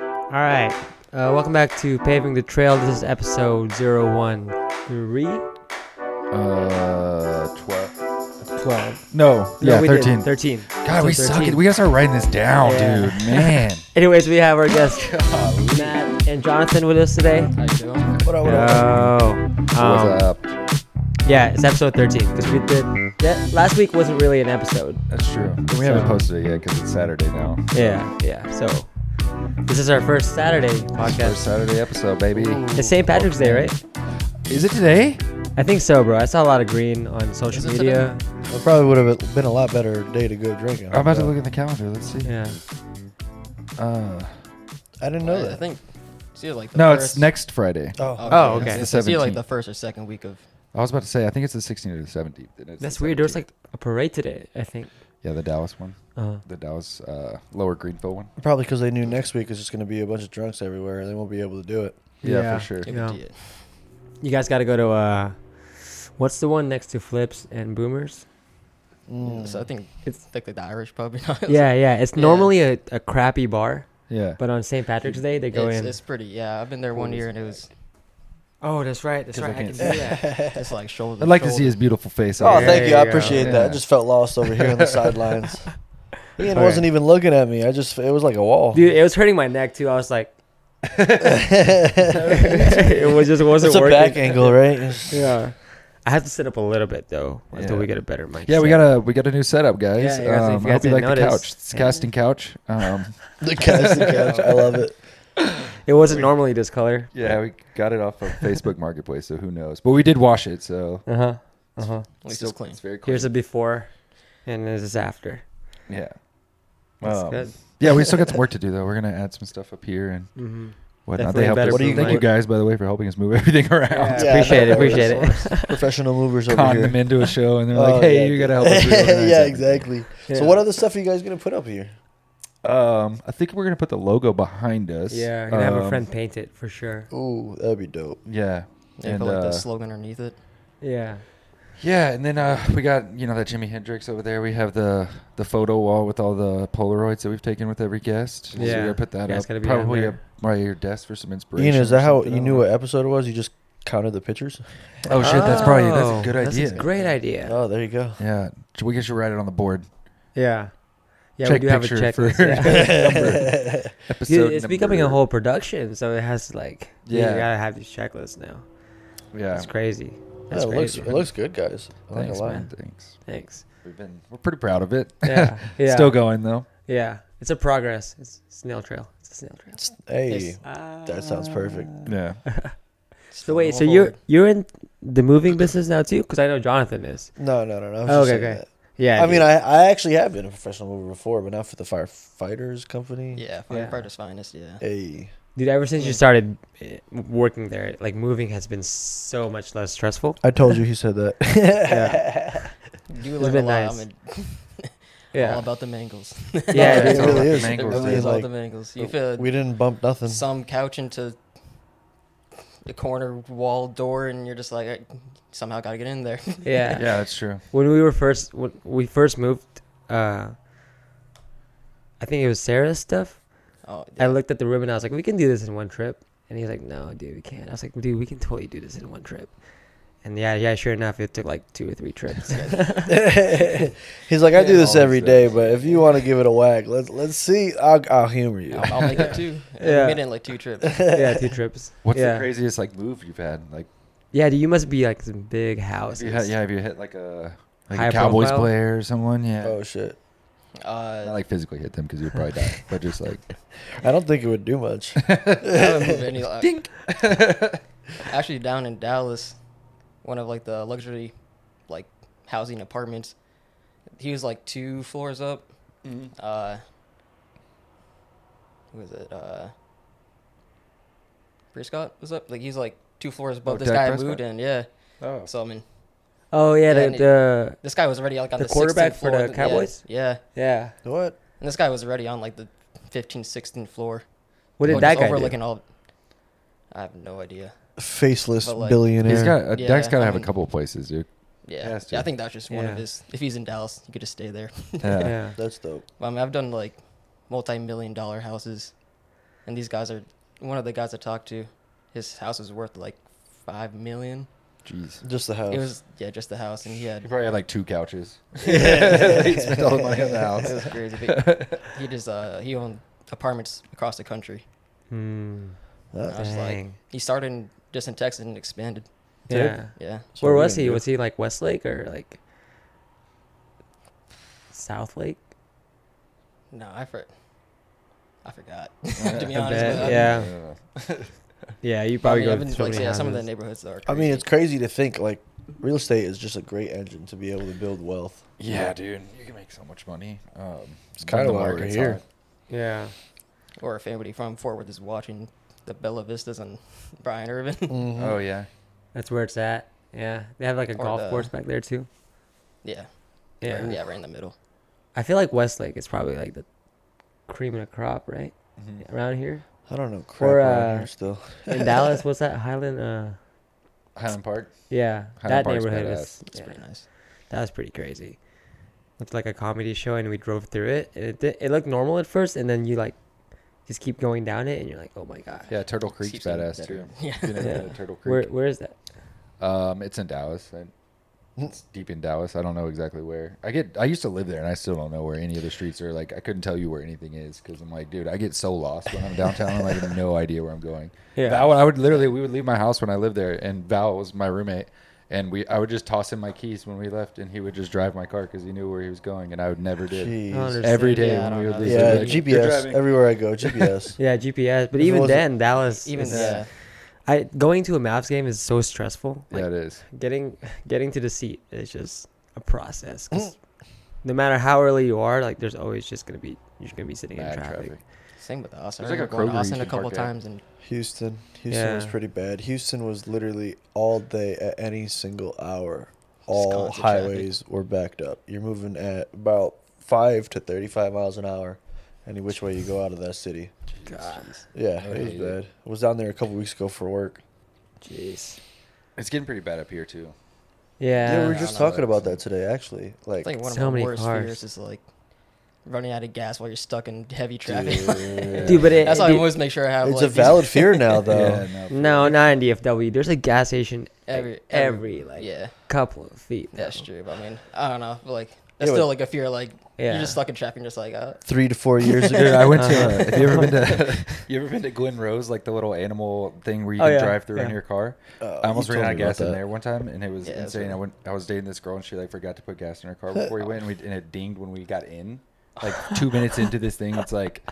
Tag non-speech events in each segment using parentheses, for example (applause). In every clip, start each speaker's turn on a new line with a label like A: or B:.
A: All right. Uh, welcome back to Paving the Trail. This is episode 013.
B: Uh, twelve.
A: 12.
B: No, yeah,
A: we did.
B: thirteen.
A: 13.
B: God, we
A: Episode
B: suck
A: 13.
B: it. We gotta start writing this down,
A: Yeah. (laughs)
B: dude. Man.
A: Anyways, we have our guests,
B: (laughs)
A: Matt and Jonathan, with us today.
B: What up?
A: Oh. Um, yeah, it's episode 13. Because we did. That, last week wasn't really an episode.
B: That's true. And we
A: So-
B: haven't posted it yet because it's Saturday now.
A: Yeah, yeah. So this is our first Saturday
B: First
A: podcast.
B: Saturday episode, baby.
A: It's St. Patrick's Day, right?
B: Is it today?
A: I think so, bro. I saw a lot of green on social
C: Is it
A: media.
C: It probably would have been a lot better day to go drinking.
B: I'm about to look at the calendar. Let's see.
A: Yeah.
B: Uh,
C: I didn't know that.
D: I think it's either like the
B: no,
D: first,
B: it's next Friday.
C: Oh,
A: Oh, okay.
D: It's,
B: It's the
D: it's either like
B: 17th.
D: the first or second week of.
B: I was about to say, I think it's the 16th or the 17th. and it's the
A: That's weird. There was
B: 17th.
A: like a parade today, I think.
B: Yeah, the Dallas one.
A: Uh,
B: The Dallas uh, Lower Greenville one.
C: probably because they knew next week is just going to be a bunch of drunks everywhere, and they won't be able to do it.
B: Yeah,
A: Yeah.
B: for sure.
D: if
A: Yeah.
D: it-
A: you guys got to go to, uh, what's the one next to Flips and Boomers?
C: Mm.
D: So I think
A: It's- (laughs)
D: it's like the Irish pub. (laughs) You know? It's-
A: Yeah, yeah. It's
D: Yeah.
A: normally a, a crappy bar,
B: Yeah.
A: but on St. Patrick's Day they
D: it's,
A: go in.
D: it's pretty. Yeah, I've been there one
B: Cool
D: year
B: as
D: and it was
A: oh, that's right. That's
B: 'Cause I
A: right. I can
B: can't
A: see that.
B: (laughs)
D: it's like shoulder.
B: I'd like to see
D: shoulder.
B: his beautiful face.
C: Oh,
B: out there.
C: thank you.
A: There
C: I
A: you go.
C: appreciate that.
B: Yeah.
C: I just felt lost over here
B: (laughs)
C: on the sidelines. Ian
A: All
C: wasn't
A: right.
C: even looking at me. I just it was like a
A: (laughs)
B: (laughs)
C: wall. (laughs)
A: Dude, it was hurting my neck too. I was like, it was just wasn't
C: it's a
A: working.
C: back angle, right? It's-
A: Yeah. I have to sit up a little bit though until
B: Yeah.
A: we get a better mic.
B: Yeah, we
A: set.
B: got a we got a new setup,
A: Yeah,
B: guys.
A: you guys- if
B: um,
A: you
B: I hope
A: guys
B: you like
A: didn't
B: the
A: notice.
B: couch. It's a casting couch. Um,
C: (laughs) the couch, the couch. I love it.
A: It wasn't normally this color.
B: (laughs) yeah, we got it off of Facebook Marketplace, so who knows? But we did wash it, so
A: Uh huh. Uh huh.
D: At least
B: still-
D: it's clean.
B: It's very clean.
A: Here's a before, and this is after.
B: yeah.
A: That's
B: Um,
A: good.
B: yeah, we still got some work to do though. We're gonna add some stuff up here and
A: Mm-hmm.
B: whatnot.
A: Definitely
B: They helped
A: better
B: us.
C: What do you
B: Thank
C: think-
B: you guys, by the way, for helping us move (laughs) everything around.
C: Yeah,
A: appreciate it.
C: no,
A: Appreciate it.
C: Professional movers over
B: Con
C: here.
B: them into a show, and they're
C: (laughs) Oh,
B: like, "Hey,
C: yeah,
B: you gotta help
C: dude.
B: us."
C: (laughs)
B: reorganize
C: yeah,
B: everything."
C: exactly.
A: Yeah.
C: So, what other stuff are you guys going to put up here?
B: Um, I think we're gonna put the logo behind
A: (laughs)
B: us.
A: Yeah, I'm gonna have a
B: Um,
A: friend paint it for sure.
C: Ooh, that'd be dope.
B: Yeah,
D: Yeah,
B: and,
D: put like
B: uh,
D: the slogan underneath it.
A: Yeah.
B: Yeah, and then uh, we got you know that Jimi Hendrix over there. We have the the photo wall with all the Polaroids that we've taken with every guest. so
A: Yeah.
B: we gotta put that
A: Yeah, it's
B: up.
A: gotta be on
B: Probably
A: there.
B: up by your desk for some inspiration.
C: Ian, is
B: or
C: that how
B: something.
C: you knew what episode it was? You just counted the pictures?
B: Oh shit, that's probably that's
A: Oh,
B: a good
A: that's
B: idea.
A: great idea.
C: Oh, there you go.
B: Yeah, Should we should write it on the board.
A: Yeah. Yeah,
B: Check
A: we do have a
B: picture
A: checklist.
B: for- (laughs)
A: yeah.
B: Episode.
A: Dude, it's becoming a
B: number-
A: whole production, so it has like yeah.
B: Yeah.
A: you gotta have these checklists now.
B: Yeah.
A: It's crazy. That's
C: yeah, it looks
A: crazy.
C: it looks good, guys. I like it
B: Thanks,
C: a lot.
B: man. Thanks.
A: Thanks.
B: We've been we're pretty proud of it.
A: Yeah, yeah.
B: (laughs) Still going though.
A: Yeah, it's a progress. It's snail trail. It's a snail trail.
C: It's- Hey,
D: Yes.
A: Uh,
C: that sounds perfect.
B: Yeah.
A: (laughs) So wait, so
D: Going
A: you're
D: forward.
A: you're in the moving business now too? Because I know Jonathan is.
C: No, no, no, no. I was
A: Oh, okay,
C: just saying
A: okay.
C: that.
A: Yeah.
C: I mean, I, I actually have been a professional mover before, but not for the firefighters company.
D: Yeah,
A: Yeah.
D: firefighters finest. Yeah.
C: Hey,
A: dude, ever
B: Mm.
A: since you started eh, working there, like moving has been so much less
B: (laughs)
A: stressful.
C: I told you he said (laughs) that.
D: You
A: It's
D: learn a
A: been
D: lot.
A: nice.
D: I mean, all
A: Yeah.
D: about the mangles.
A: (laughs) Yeah,
C: it
A: dude.
B: all about
C: really
B: the
C: is. It
B: mangles,
C: really
B: dude.
D: It's
C: is
D: all
C: like,
D: the mangles. You feel
C: we didn't bump nothing.
D: some couch into the corner wall door, and you're just like, I somehow got to get in there. (laughs)
A: yeah.
B: Yeah, that's true.
A: When we were first when we first moved, uh, I think it was Sarah's stuff.
D: Oh,
A: I looked at the room and I was like, "We can do this in one trip," and he's like, "No, dude, we can't." I was like, "Dude, we can totally do this in one trip." And yeah, yeah, sure enough, it took like two or three
D: (laughs)
A: trips.
C: (laughs)
A: (laughs)
C: He's like, I do
B: Yeah,
C: this
B: always
C: every
B: is.
C: day, but if you want to give it a whack, let's let's see. I'll, I'll humor you.
D: I'll, I'll make it two.
A: (laughs) Yeah.
D: Yeah. We made it in like two
A: (laughs)
D: trips. Uh,
A: yeah, two trips.
B: What's
A: yeah.
B: the craziest like move you've had? Like
A: Yeah, dude, you must be like some big
B: Have
A: house.
B: you hit, yeah, have you hit like a like
A: High
B: a Cowboys
A: profile?
B: player or someone? Yeah,
C: Oh shit!
B: not
D: Uh,
B: like physically hit them because you'd probably die, but just like
C: I don't think it would do much.
D: (laughs) I haven't moved any. uh, actually, down in Dallas, one of like the luxury, like housing apartments. He was like two floors up. Uh, who was it? Uh, Prescott was up. Like he's like two floors above
B: Oh,
D: this
B: Dak
D: guy I
B: Prescott?
D: moved in. Yeah.
B: oh,
D: So I mean,
A: Oh yeah,
D: Yeah,
A: the,
D: and it-
A: the
D: this guy was already like on
A: The
D: the,
A: quarterback
D: 16th
A: for
D: floor.
A: the
D: Yeah,
A: Cowboys?
D: Yeah,
A: yeah.
C: what?
D: And this guy was already on like the 15th, 16th floor.
A: What did
D: Like,
A: that
D: just
A: guy do?
D: overlooking all. I have no idea.
C: Faceless
D: But, like,
C: billionaire.
B: he's got uh,
D: Yeah,
B: Dak's got to
D: I
B: have
D: mean-
B: a couple of places,
D: (laughs)
B: dude.
D: Yeah.
B: Has
D: yeah, I
B: to.
D: think that's just one
A: Yeah.
D: of his. If he's in Dallas, he could just stay there.
B: Yeah,
A: Yeah.
C: That's dope.
D: I mean, I've done like multi-million dollar houses, and these guys are one of the guys I talked to. His house was worth like five million.
B: Jeez.
C: Just the house.
D: It was yeah, just the house, and he had
B: He probably had like two
D: (laughs)
B: couches. (laughs) he spent all the money on the
D: it was
B: house.
D: crazy. But he just uh, he owned apartments across the country.
A: Hmm.
D: And I was just like,
A: Dang.
D: he started in, just in Texas and expanded.
C: Dude.
A: Yeah.
D: Yeah,
C: That's
A: Where
C: what
A: was
C: we're
A: he?
C: gonna
A: Was he like Westlake or like South Lake?
D: no, I for, I forgot. (laughs)
B: (laughs)
D: to be
A: I
D: honest,
A: bet,
D: with you.
A: yeah.
B: I don't know.
A: Yeah, you
D: I
A: probably
D: mean, I've
A: go
D: been,
A: to so
D: like,
A: many
D: yeah, some of the
A: houses.
D: neighborhoods are.
C: do. I mean,
D: crazy.
C: it's crazy to think like real estate is just a great engine to be able to build (laughs) wealth.
B: Yeah, dude, you can make so much money. Um, it's
C: kinda why we're here.
A: Yeah.
D: Or if anybody from Fort Worth is watching, the Bella Vistas and (laughs) Brian Irvin.
C: Mm-hmm.
B: Oh yeah,
A: That's where it's at. Yeah. They have like a
D: Or
A: golf
D: the-
A: course back there too.
D: yeah,
A: Yeah.
D: yeah, right in the middle.
A: I feel like Westlake is probably like the cream of the crop, right?
D: Mm-hmm.
A: Around
D: (laughs)
A: here.
C: I don't know. Crap
A: Or,
C: around
A: uh,
C: here still.
A: In Dallas, what's that? Highland uh
B: Highland Park.
A: yeah.
B: Highland
A: that
B: Park's
A: neighborhood
B: badass.
A: is
D: It's
A: yeah,
D: pretty nice.
A: that was pretty crazy. It's like a comedy show and we drove through it and it did, it looked normal at first and then you like just keep going down it and you're like, Oh my god.
B: Yeah, Turtle Creek's
D: Keeps getting
B: badass
D: better.
B: too.
D: (laughs) Yeah.
B: You know,
A: Yeah.
B: yeah, Turtle
A: Where
B: Creek.
A: where is that?
B: Um, it's in Dallas. I- It's
C: Hmm.
B: deep in Dallas. I don't know exactly where. I get. I used to live there, and I still don't know where any of the streets are. Like, I couldn't tell you where anything is because I'm like, dude, I get so lost when I'm downtown. I'm like, I have no idea where I'm going.
A: Yeah.
B: Val, I would literally, we would leave my house when I lived there, and Val was my roommate, and we, I would just toss him my keys when we left, and he would just drive my car because he knew where he was going, and I would never did.
C: Jeez.
A: Hundred-
B: Every day
D: Yeah, I
B: when
D: don't
B: we would
D: know.
B: leave,
C: Yeah,
B: he'd be like, "You're
C: GPS
B: driving."
C: everywhere I go. GPS.
A: Yeah, GPS. But
C: If it
A: even
C: wasn't-
A: then, Dallas
D: Even
A: is-
D: yeah,
A: I going to a Mavs game is so stressful. Like,
B: yeah, it is.
A: getting getting to the seat is just a process. 'cause
D: Mm.
A: no matter how early you are, like there's always just gonna be you're gonna be sitting in
B: Bad
A: traffic.
B: traffic.
D: same with Austin.
B: There's
D: I
B: like a
D: remember going
B: Kroger
D: to
B: you
D: Austin a
B: can
D: couple
B: park at.
D: times, and
C: Houston. Houston was
A: Yeah.
C: pretty bad. Houston was literally all day at any single hour. All
D: constant traffic.
C: highways were backed up. You're moving at about five to thirty-five miles an hour, any which way you go out of that city.
A: God,
C: Yeah,
B: I would
C: it was
B: hate it.
C: bad. I was down there a couple weeks ago for work.
A: jeez.
B: It's getting pretty bad up here too.
A: Yeah.
C: Yeah, we were
D: I
C: just
D: don't know
C: talking
D: that.
C: about that today. Actually, like,
D: it's like one of
A: So
D: my
A: many
D: worst
A: cars.
D: fears is like running out of gas while you're stuck in
C: (laughs)
D: heavy traffic. (laughs)
A: (laughs)
C: dude,
A: Dude, but it,
D: That's why I
A: dude,
D: always make sure I have
C: it's
D: like
C: a
D: these-
C: valid fear now, though.
B: no, for
A: no,
B: real.
A: not in DFW. There's a gas station every
D: Every-
A: every, like
D: (laughs) Yeah,
A: couple of feet.
D: that's
A: though.
D: true. But I mean, I don't know. but, Like that's
C: Yeah,
D: still
C: but-
D: like a fear. Like
A: Yeah.
D: you're just stuck in traffic, and just like uh,
C: Three to four years
B: (laughs)
C: ago,
B: Dude, I went to.
A: Uh-huh.
B: Uh, have you ever been to? (laughs) you ever been to Glen Rose, like the little animal thing where you
A: Oh,
B: can
A: yeah,
B: drive through in
A: yeah.
B: your car?
C: Oh,
B: I almost
C: you
B: ran out
C: told
B: of
C: me about
B: gas in
C: that.
B: there one time, and it was
D: Yeah, that's
B: insane. I
D: right.
B: went. I was dating this girl, and she like forgot to put gas in her car before we went, and, we, and it dinged when we got in. Like two minutes into this thing, it's like,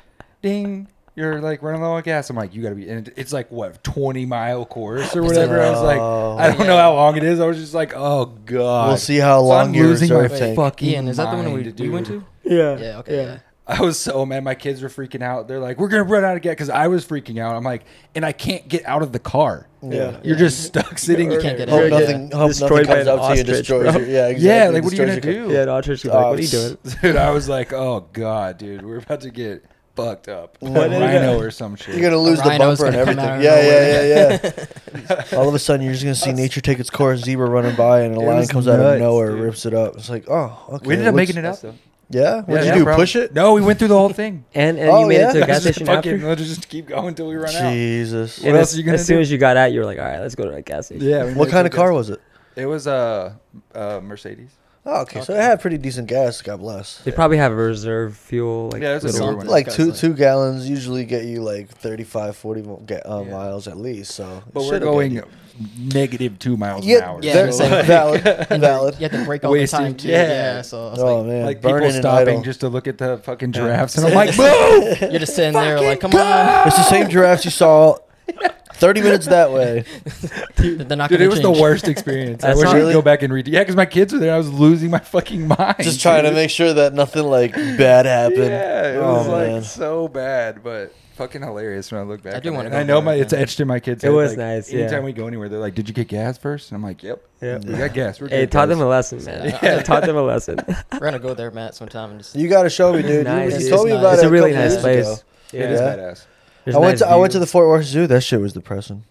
B: ding. You're like running low on gas. I'm like, you gotta be. And it's like what, 20 mile course or whatever. I was like,
C: Oh.
B: I don't know how long it is. I was just like, oh god.
C: We'll see how
B: So
C: long
B: I'm
C: your
B: losing my
C: reserve tank.
B: fucking.
D: Ian, is that the one we,
B: mind,
D: we went
B: dude.
D: to?
A: Yeah.
D: Yeah. Okay. Yeah.
B: I was so mad. My kids were freaking out. They're like, "We're gonna run out of gas," because I was freaking out. I'm like, and I can't get out of the car.
C: Yeah.
B: You're just stuck sitting.
D: You can't get
C: Hope
D: Yeah.
C: nothing, hope
A: Destroyed
C: nothing
A: by an
C: comes up to you and
A: ostrich,
C: destroys
A: bro.
C: you. Yeah, exactly.
B: Yeah, like what are you gonna
C: Destroys your
B: do?
A: Yeah. And Audrey's like,
C: Oh,
A: "What are you doing?"
B: (laughs) Dude, I was like, "Oh god, dude, we're about to get fucked up, by
C: (laughs) What
B: a
C: is
B: rhino or some
C: co-
B: shit."
C: You're gonna lose the
D: rhino's
C: bumper and
D: gonna come
C: everything. Yeah,
D: out of
C: yeah, yeah,
B: (laughs)
C: yeah. All of a sudden, you're just gonna see nature take its course, zebra running by, and a
B: It
C: lion
B: was
C: comes out of
B: nuts,
C: nowhere,
B: dude.
C: rips it up. It's like, oh, okay.
B: we ended up
C: what's-
B: making it out though.
C: Yeah, what did
B: Yeah,
C: you do?
B: no problem.
C: Push it?
B: No, we went through the whole thing.
A: And and you
C: Oh,
A: made
C: yeah?
A: it to
B: (laughs)
A: a gas
B: Just
A: station
B: fucking,
A: after.
B: let's just keep going until we run out.
C: Jesus.
B: What
A: And
B: else
A: as,
B: are you gonna
A: as soon
B: do?
A: as you got out, you were like, "All right, let's go to a gas station."
B: Yeah. we made
C: What
B: it
C: kind
B: to
C: of
B: a
C: car
B: gas-
C: was it?
B: It was a uh, uh, Mercedes.
C: Oh, okay, so it had pretty decent gas. God bless.
A: They probably have reserve fuel. Like,
B: Yeah, it was a
A: little-
B: silver one.
C: Like
D: Guys,
C: two
D: like-
C: two gallons usually get you like 35, 40 mo- ga- uh,
B: Yeah.
C: miles at least. So it
B: But we're
C: should've got
B: going
C: you.
B: negative two miles an
C: Yeah,
B: hour.
D: Yeah,
C: that's
D: so,
B: (laughs)
D: like-
C: valid, (laughs)
D: You
C: valid.
D: have to break all
B: Wasting-
D: the time too.
B: yeah.
D: Yeah. so it's
C: Oh
D: like,
C: man,
B: like
C: burning
B: people
C: and
B: stopping
C: idle.
B: just to look at the fucking giraffes, and I'm like, move!
D: you're just sitting there like, come
C: (laughs) It's the same giraffes
B: (laughs)
C: you saw 30 minutes that way.
D: on. They're not
B: Dude,
D: gonna
B: it was the
D: change.
B: worst experience. I
A: That's
B: wish I
A: not-
B: could
C: Really?
B: go back and read. Yeah, because my kids were there. I was losing my fucking mind.
C: Just trying to
B: dude.
C: make sure that nothing like bad happened.
B: Yeah, it was
C: Oh,
B: like
C: man.
B: so bad, but fucking hilarious when I look back.
D: I do
B: on it.
D: wanna
B: And
D: go
B: I know
D: back,
B: my it's
D: yeah.
B: etched in my kids.
A: It
B: head,
A: was
B: like,
A: nice, yeah.
B: Anytime we go anywhere, they're like, "Did you get gas first? And I'm like, "Yep,
A: Yeah.
B: we got gas." We're
A: Hey,
B: good,
A: taught them
B: guys."
A: a lesson, man.
B: (laughs)
D: Yeah.
A: taught them a lesson.
D: We're gonna go there, Matt, sometime. And just,
C: You got to show me, dude.
A: Nice.
C: You,
D: It's
C: you told me
D: nice.
C: about
A: it's
C: it.
A: a really
C: couple
A: nice
C: years
A: place.
C: ago.
B: It is
C: Yeah.
B: badass.
A: There's
C: I went
A: nice
C: to I went to
A: views.
C: the Fort Worth Zoo. That shit was depressing.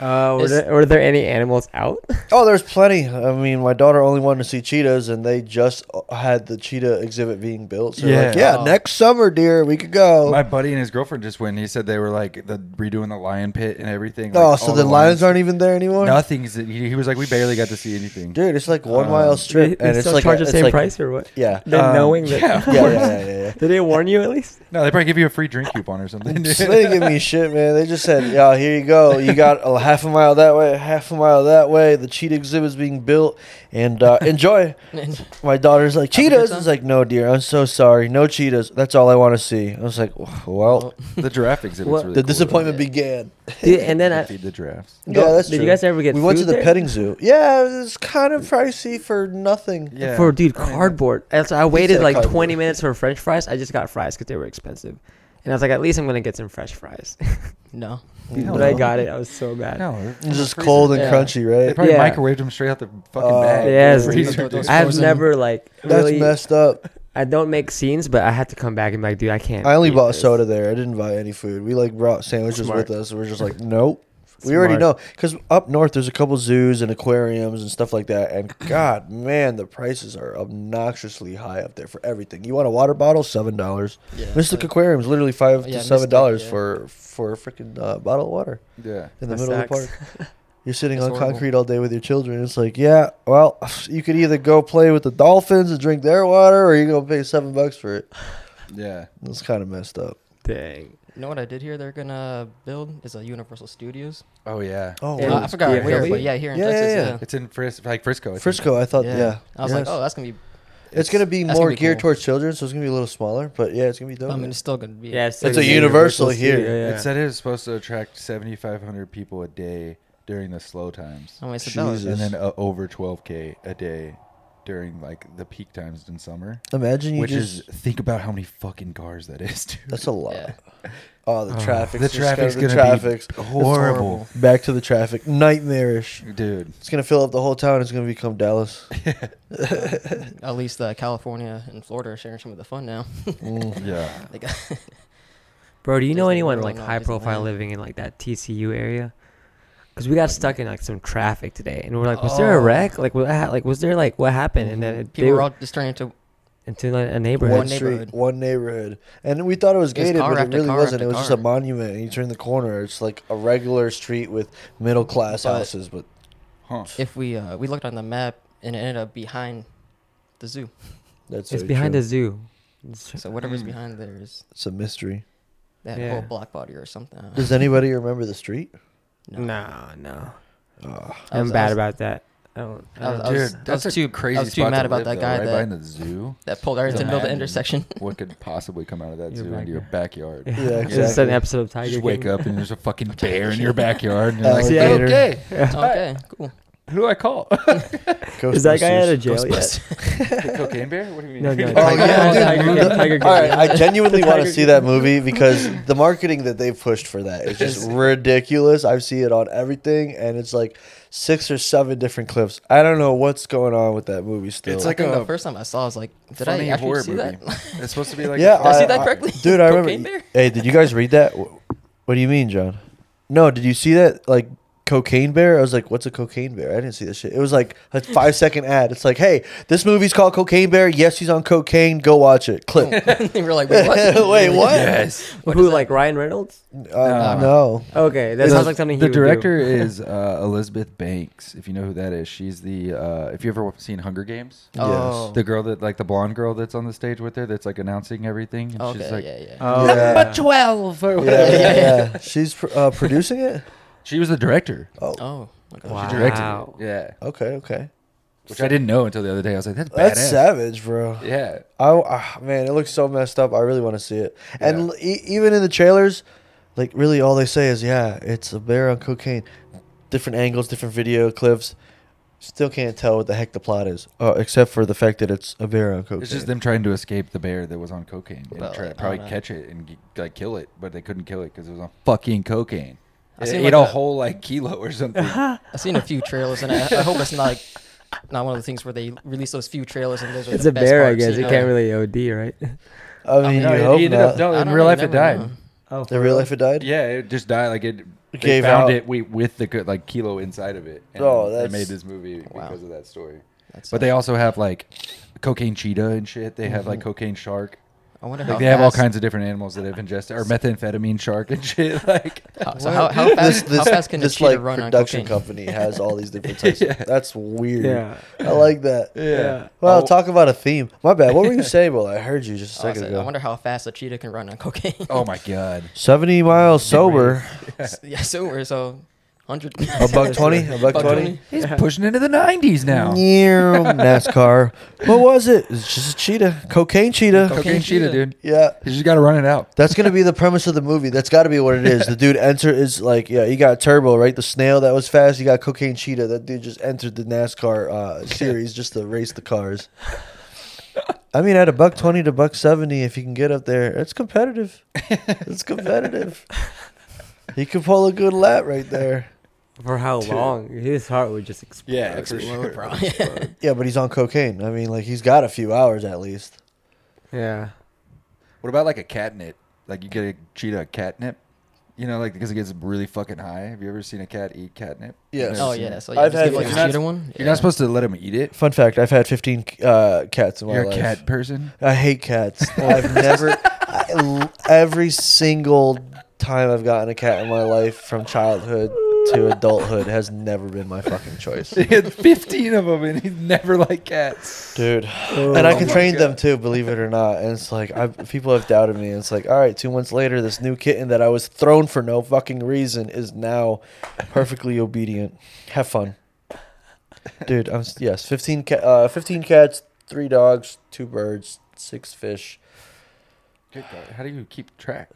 A: Uh, were,
D: It's-
A: there, were there any animals
C: (laughs)
A: out?
C: Oh, there's plenty. I mean, my daughter only wanted to see cheetahs, and they just had the cheetah exhibit being built. So yeah, like,
B: Yeah.
C: yeah,
D: Oh.
C: next summer, dear, we could go.
B: My buddy and his girlfriend just went. and He said they were like the redoing the lion pit and everything. like,
C: oh, so
B: all
C: the lions
B: lions-
C: aren't even there anymore.
B: Nothing's. He, he was like, we barely got to see anything.
C: Dude, it's like one
B: Um,
C: mile
A: (laughs)
C: strip,
A: They-
C: and
A: they
C: it's
A: still
C: like
A: charge
C: a-
A: the
C: it's
A: same
C: like-
A: price or
C: (laughs)
A: what?
C: Yeah.
A: Then
B: Um,
A: knowing that, (laughs)
B: yeah.
C: Yeah, yeah, yeah, yeah, yeah.
A: did they warn you at
C: (laughs)
A: least?
B: No, they probably give you a free drink coupon or something. dude.
C: So they didn't give me shit, man. They just said, "Yeah, here you go. You got a half a mile that way, half a mile that way. The cheetah exhibit's being built, and uh, enjoy." My daughter's like,
D: Have a good
C: "Cheetahs."
D: time.
C: It's like, "No, dear. I'm so sorry. No cheetahs. That's all I want to see." I was like, "Well."
B: the giraffe exhibit's
A: What-
B: really
C: The
B: cool,
C: disappointment began.
A: Dude, and
B: though.
A: then
B: They
A: I,
B: feed the giraffes.
C: Yeah, that's
A: did
C: true.
A: you guys ever get?
C: we went to
A: food
C: the
A: there?
C: petting zoo. Yeah, it was kind of pricey for nothing.
B: Yeah.
A: for dude
B: I mean,
A: cardboard. And so I waited
C: said
A: like
C: cardboard.
A: 20 minutes for French fries. I just got fries because they were expensive, and I was like, at least I'm gonna get some fresh fries.
D: (laughs)
A: (laughs)
D: No.
C: Hell
A: but I
C: no.
A: got it. I was so bad.
B: No, they're
C: It's just
B: freezer.
C: cold and
D: Yeah.
C: crunchy,
B: They
C: right?
B: probably
A: Yeah.
B: microwaved them straight out the fucking
C: Oh,
B: bag.
A: Yes,
B: (laughs) Freezer, dude.
D: It's
A: I've
D: frozen.
A: never like
C: That's
A: really.
C: messed up.
A: I don't make scenes, but I had to come back and be like, dude, I can't.
C: I only
A: eat
C: bought
A: this.
C: soda there. I didn't buy any food. We like brought sandwiches
A: Smart.
C: with us. and we're just like, nope. We already know
A: Smart.
C: because up north there's a couple zoos and aquariums and stuff like that. And God, man, the prices are obnoxiously high up there for everything. You want a water bottle, seven dollars.
D: Yeah,
C: Mystic
D: but-
C: Aquarium's literally five
D: Yeah,
C: to seven dollars
D: Mystic, yeah.
C: for for a freaking uh, bottle of water
B: Yeah.
C: in the
A: That
C: middle of the
A: sucks.
C: park.
D: (laughs)
C: You're sitting
D: That's
C: on
D: horrible.
C: concrete all day with your children. It's like, yeah, well, (sighs) you could either go play with the dolphins and drink their water, or you gonna pay seven bucks for it.
B: Yeah.
C: It's kind of messed up.
A: Dang.
D: You know what I did hear they're gonna build is a Universal Studios.
B: Oh yeah.
C: Oh,
A: Yeah.
D: Uh, I
A: it's
D: forgot
A: DFW?
D: where, but yeah, here in
C: Yeah, yeah,
D: Texas.
C: yeah.
D: Yeah,
B: It's in Fris- like Frisco. I think.
C: Frisco, I thought, yeah.
D: I was
C: Yes.
D: like, oh, that's gonna be.
C: It's gonna be
D: that's
C: more
D: gonna be
C: geared
D: cool.
C: towards children, so it's gonna be a little smaller. But yeah, it's gonna be dope.
D: I mean, it's still gonna be.
A: Yeah,
C: a
A: like
C: universal here.
A: studio, yeah.
B: It said it was supposed to attract 7,500 people a day during the slow times,
C: Oh,
D: I mean, it's
C: Jesus.
D: a
B: and then uh, over 12k a day during like the peak times in summer.
C: Imagine you
B: Which
C: just.
B: is think about how many fucking cars that is, dude.
C: that's a lot.
D: Yeah.
C: Oh, the traffic.
B: the traffic's gonna be horrible,
C: Back to the traffic. Nightmarish.
B: dude.
C: It's gonna fill up the whole town. It's gonna become
D: (laughs)
C: Dallas.
D: At least uh, California and Florida are sharing some of the fun now.
C: Mm.
B: Yeah,
D: like,
A: Bro, do you know
D: Disney
A: anyone
D: World,
A: like
D: not
A: high profile
D: Disneyland.
A: living in like that TCU area? Because we got stuck in like some traffic today, and we're like, was there a wreck? Like, what? ha- Like, was there like what happened? And then it,
D: Mm-hmm. people
A: they
D: were
A: were
D: all just turning into
A: into like, a neighborhood.
C: One
D: One
C: street,
D: neighborhood.
C: one neighborhood, and we thought it was
D: It was
C: gated,
D: car
C: but it
D: after
C: really
D: car
C: wasn't.
D: after
C: It was just a
D: car.
C: monument, and you turn the corner. It's like a regular street with middle class
D: But-
C: houses, but
B: huh?
D: if we uh, we looked on the map and it ended up behind the zoo.
C: that's
A: it's
C: very
A: behind
C: true.
A: the zoo. It's tr-
D: So whatever's
B: Mm.
D: behind there is
C: It's a mystery.
D: that
A: Yeah.
D: whole block body or something. I don't
C: Does anybody remember the street?
D: know.
A: No, no,
C: Oh,
D: I
A: I'm
D: was- I
A: bad
D: was-
A: about that. I don't. I
D: I was-
A: don't-
D: I was-
B: Dude,
D: I
B: that's
D: was
B: a
D: too- I
B: crazy.
D: was too
B: spot
D: mad
B: to
D: about
B: live,
D: that
B: though,
D: guy
B: right
D: that-
B: behind the zoo.
D: That pulled right into the middle of the
B: Imagine
D: intersection.
B: What could possibly come out
D: (laughs)
B: of that
A: Your
B: zoo into your backyard?
A: yeah,
C: Yeah,
A: It's an
C: exactly.
A: episode of Tiger
B: You just wake
A: King.
B: up and there's a
D: (laughs)
B: fucking bear in your backyard, and
C: Uh,
B: you're like,
C: Alligator.
B: okay,
D: Oh, okay, cool.
B: who do I
D: (laughs)
B: call?
A: Is that guy out
C: Ghostbusters.
A: of jail (laughs) yet?
B: The cocaine bear? What do (laughs) you mean?
A: No, no.
C: (laughs) Oh, yeah, dude.
A: Tiger King. Tiger King.
C: All right, I genuinely
A: The
C: want to
A: Tiger
C: see that movie because the marketing that they've pushed for that
A: (laughs)
C: is just ridiculous. I see it on everything, and it's like six or seven different clips. I don't know what's going on with that movie still.
B: It's
D: It's
B: like
D: like
B: a
D: the first time I saw, I was like, did I
B: funny
D: actually
B: horror
D: see
B: movie.
D: (laughs) that?
B: It's supposed to be like
C: yeah,
D: Did I see that correctly?
C: Uh, (laughs)
D: (laughs)
C: dude. I
D: Cocaine
C: remember.
D: Bear?
C: Hey, did you guys read that? Wh- What do you mean, John? No, did you see that? Like cocaine bear? I was like, what's a cocaine bear? I didn't see that shit. It was like a five second ad. It's like, hey, this movie's called Cocaine Bear. Yes, he's on cocaine. Go watch it.
D: (laughs)
C: Uh, Click. (laughs)
D: they were like, wait, what?
C: Wait, what?
B: Yes.
A: Who like Ryan Reynolds?
C: Uh,
B: No.
C: no.
A: Okay, that
B: The-
A: sounds like something he
B: The
A: would do.
D: (laughs)
B: director is uh, Elizabeth Banks. If you know who that is, she's the. Uh, if you ever seen Hunger Games,
D: Oh,
B: the girl that like the blonde girl that's on the stage with her that's like announcing everything. And
D: okay,
B: she's like,
D: yeah, yeah.
A: Oh,
C: Yeah.
B: twelve or
D: (laughs)
C: Yeah,
B: whatever.
C: yeah, yeah. She's pr- uh, producing it.
B: She was the director.
D: oh, okay.
A: Wow.
B: She directed
A: Wow.
B: it. Yeah,
C: Okay, okay.
B: which I didn't know until the other day. I was like, that's badass.
C: That's savage, bro.
B: Yeah,
C: I ah, man, it looks so messed up. I really want to see it. And l- e- even in the trailers, like really, all they say is, "Yeah, it's a bear on cocaine." Different angles, different video clips. Still can't tell what the heck the plot is, uh, except for the fact that it's a bear on cocaine.
B: it's just them trying to escape the bear that was on cocaine and
D: But,
B: try to
D: like, I
B: probably
D: don't know.
B: catch it and g- like kill it, but they couldn't kill it because it was on fucking cocaine.
D: I
B: It
D: seen
B: ate
D: like
B: a
D: a-
B: whole like kilo or
A: (laughs)
B: something.
D: (laughs) I've seen a few trailers, and I, I hope it's not like not one of the things where they release those few trailers and those are
A: It's
D: the
A: a
D: best
A: bear, I
D: parts,
A: guess.
D: you
A: You
D: know?
A: can't really OD, right?
C: I mean,
D: mean,
C: you
B: no,
C: hope
B: he ended
C: not.
B: up no.
D: I
B: In real
D: don't really
B: life, it
D: never
B: died.
D: know.
A: (laughs) Oh,
C: The real life it died.
B: Yeah, it just died. Like it they
C: Gave
B: found
C: out.
B: it we, with the good, like kilo inside of it. And
C: Oh,
B: they
C: that's-
B: made this movie
D: Wow.
B: because of that story.
D: That's
B: But they also have like cocaine cheetah and shit. They have like
C: Mm-hmm.
B: cocaine shark.
D: I wonder how
B: Like they have all
D: fast-
B: kinds of different animals that have ingested or methamphetamine shark and shit. (laughs) Like
D: How, so uh, how, how,
C: This-
D: fast,
C: this-
D: how fast can
C: this
D: a cheetah
C: like
D: run on
C: production
D: cocaine?
C: company has all
B: (laughs)
C: these different types? of- That's weird.
A: Yeah.
C: I like that.
A: Yeah.
C: Well,
B: Oh.
C: talk about a theme. My bad. What were you
B: (laughs)
C: saying? Well, I heard you just a
D: Oh, I,
C: second
D: said, I
C: ago.
D: wonder how fast a cheetah can run on cocaine.
B: oh my god.
C: Seventy miles sober.
D: yeah, so we're so hundred.
C: A buck
D: (laughs)
C: twenty. A buck twenty.
B: He's (laughs) pushing into the nineties now. (laughs)
C: Yeah, NASCAR. What was it? It's just a cheetah. Cocaine cheetah.
B: Cocaine,
D: Cocaine
B: cheetah,
D: cheetah.
B: dude.
C: yeah.
B: You just gotta run it out.
C: That's gonna be the premise of the movie. That's got to be what it is. The dude enter is like, yeah, you got Turbo, right? The snail that was fast. You got Cocaine Cheetah. That dude just entered the NASCAR uh, series just to race the cars. I mean, at a buck twenty to buck seventy, if you can get up there, it's competitive. It's competitive. He could pull a good lap right there.
A: For how long? His heart would just explode.
B: Yeah, for sure.
D: Probably.
C: Yeah, but he's on cocaine. I mean, like he's got a few hours at least.
A: Yeah.
B: What about like a catnip? Like you get a cheetah a catnip? You know, like because it gets really fucking high. Have you ever seen a cat eat catnip?
C: Yes.
B: I've never
D: (laughs) oh
B: seen
D: yeah,
B: it.
D: so yeah,
C: I've
D: just
C: had-
D: give like
B: you're
D: a
B: not-
D: cheetah one.
B: You're not supposed to let him eat it.
C: Fun fact: I've had fifteen uh, cats in my
B: You're a
C: life.
B: cat person. (laughs)
C: I hate cats. I've never, I, every single time I've gotten a cat in my life from childhood to adulthood has never been my fucking choice.
B: He had 15 of them and he's never like cats.
C: Dude. And I
B: Oh
C: can
B: my
C: train them
B: God.
C: too, believe it or not. And it's like, I, people have doubted me. It's like, all right, two months later, this new kitten that I was thrown for no fucking reason is now perfectly obedient. Have fun. Dude, I'm, s- yes, 15, ca- uh, 15 cats, three dogs, two birds, six fish.
B: Good God. How do you keep track?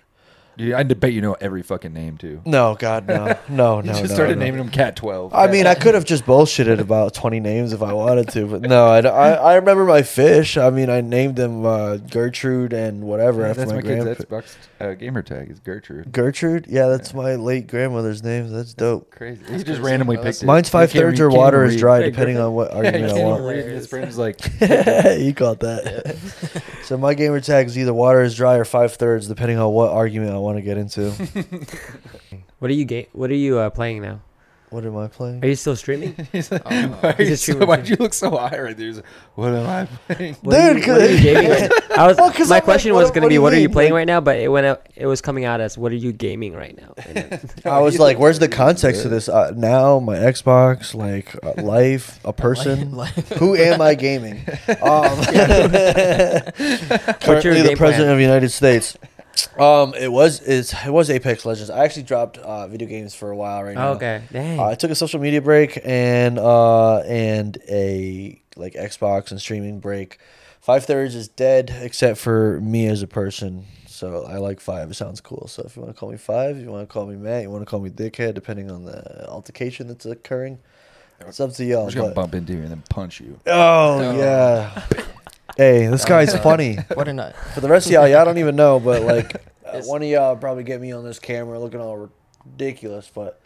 B: Dude, I bet you know every fucking name too.
C: No,
B: (laughs)
C: God, no, Oh, no, no.
B: You just
C: no,
B: started
C: no.
B: naming them Cat 12.
C: I mean, I could have just bullshitted about twenty names if I wanted to, but no, I, I, I remember my fish. I mean, I named them uh, Gertrude and whatever
B: Yeah,
C: after
B: that's
C: my
B: my kid's
C: grandpa.
B: Xbox uh, gamer tag is Gertrude.
C: Gertrude, yeah, that's my late grandmother's name. That's dope.
B: Crazy. He just
D: crazy.
B: randomly
D: Oh,
B: picked
D: that's-
B: it.
C: Mine's
B: You
C: five
B: can't
C: thirds
B: read-
C: or
B: can't
C: water is
B: read.
C: dry,
A: Hey,
C: depending
A: Griffin.
C: on
B: (laughs)
C: what
B: Yeah, you
C: argument I
B: can't
C: want.
B: read. His friend's like,
C: (laughs) you caught that. so my gamer tag is either water is dry or five thirds, depending on what argument I want to get into.
A: What are you ga- What are you uh, playing now?
C: what am I playing?
A: Are you still streaming?
B: (laughs) he's like,
D: Oh.
B: why are
A: He's
B: you
A: a
B: so,
A: streamer,
B: why'd
A: too.
B: you look so high right there? He's like, what am I playing?
A: What are
C: Dude,
A: you- what are
C: (laughs)
A: you gaming right I was,
C: Well, 'cause
A: my
C: I'm like,
A: question
C: what-
A: was going to
C: what do
A: be,
C: you
A: what are you
C: mean?
A: playing
C: Like-
A: right now? But it went out, it was coming out as, what are you gaming right now? And (laughs) then-
C: I was like, where's the context to this? Uh, now, my Xbox, like uh, life, a
D: (laughs)
C: person.
D: Life-
C: Who am
A: (laughs)
C: I gaming? Um, (laughs)
A: What's your
C: currently, the
A: game
C: president
A: plan?
C: of the United States. Um, it was it's, it was Apex Legends. I actually dropped uh, video games for a while right now.
A: okay, dang.
C: Uh, I took a social media break and uh and a like Xbox and streaming break. Five thirds is dead except for me as a person. So I like five. It sounds cool. So if you want to call me five, you want to call me Matt, you want to call me dickhead, depending on the altercation that's occurring. It's up to
B: I'm
C: y'all.
B: just going to
C: but-
B: bump into you and then punch you.
C: Oh
D: No.
C: yeah. hey, this guy's funny.
D: What a nut.
C: For the rest of y'all, y'all don't even know, but like uh,
D: It's-
C: one of y'all probably get me on this camera looking all ridiculous. But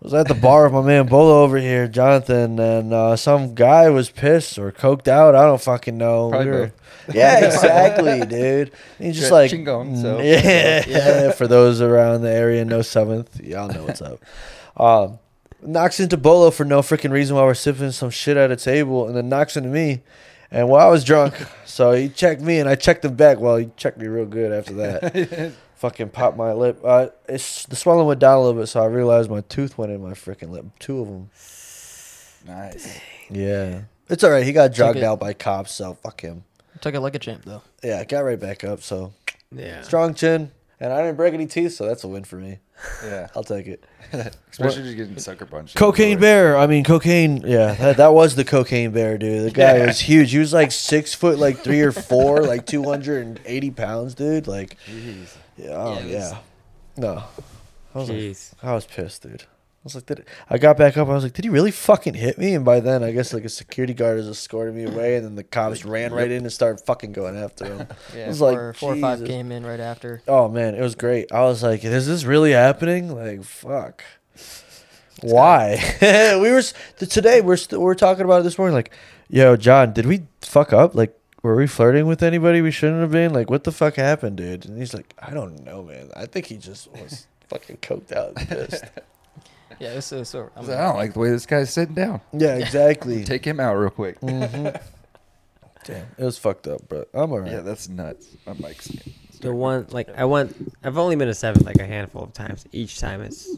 C: I was at the bar with my man Bolo over here, Jonathan, and uh, some guy was pissed or coked out. I don't fucking know.
B: Probably
C: yeah, exactly, dude. And he's just
B: Yeah,
C: like
B: Chingon,
C: mm,
B: so-
C: (laughs) yeah. For those around the area, no seventh, y'all know what's up. Um, knocks into Bolo for no freaking reason while we're sipping some shit at a table, and then knocks into me. And well, I was drunk, so he checked me, and I checked him back. Well, he checked me real good after that. Fucking popped my lip. Uh, it's the swelling went down a little bit, so I realized my tooth went in my freaking lip. Two of them.
B: Nice.
C: Yeah, it's all right. He got drugged
D: it.
C: out by cops, so fuck him.
D: Took it like a champ though.
C: Yeah, got right back up. So
A: yeah.
C: strong chin, and I didn't break any teeth, so that's a win for me.
B: Yeah.
C: I'll take it.
B: Especially just getting sucker punched.
C: Cocaine Bear. I mean, cocaine. Yeah, that, that was the cocaine bear, dude. The guy
B: Yeah.
C: was huge. He was like six foot, like three or four, like two hundred and eighty pounds, dude. Like,
B: Jeez.
C: yeah, oh,
D: Yeah, it was-
C: yeah. No, I was like,
A: Jeez.
C: I was pissed, dude. I was like, did I got back up. I was like, did he really fucking hit me? And by then, I guess like a security guard has escorted me away, and then the cops ran right in and started fucking going after him.
D: Yeah,
C: It was
D: four,
C: like,
D: four or five
C: Jesus.
D: came in right after.
C: Oh man, it was great. I was like, is this really happening? Like, fuck. Why? (laughs) we were s- t- today. We're st- we're talking about it this morning. Like, yo, John, did we fuck up? Like, were we flirting with anybody we shouldn't have been? Like, what the fuck happened, dude? And he's like, I don't know, man. I think he
A: (laughs)
C: just was fucking coked out and pissed.
D: Yeah, it's so. so
B: I,
D: I'm
B: was like, I don't like the way this guy's sitting down.
C: Yeah, exactly.
B: Take him out real quick.
C: Mhm. (laughs) Damn, it was fucked up, but I'm alright.
B: Yeah, that's nuts. My mic's.
A: The one like I went, I've only been to seven like a handful of times. Each time it's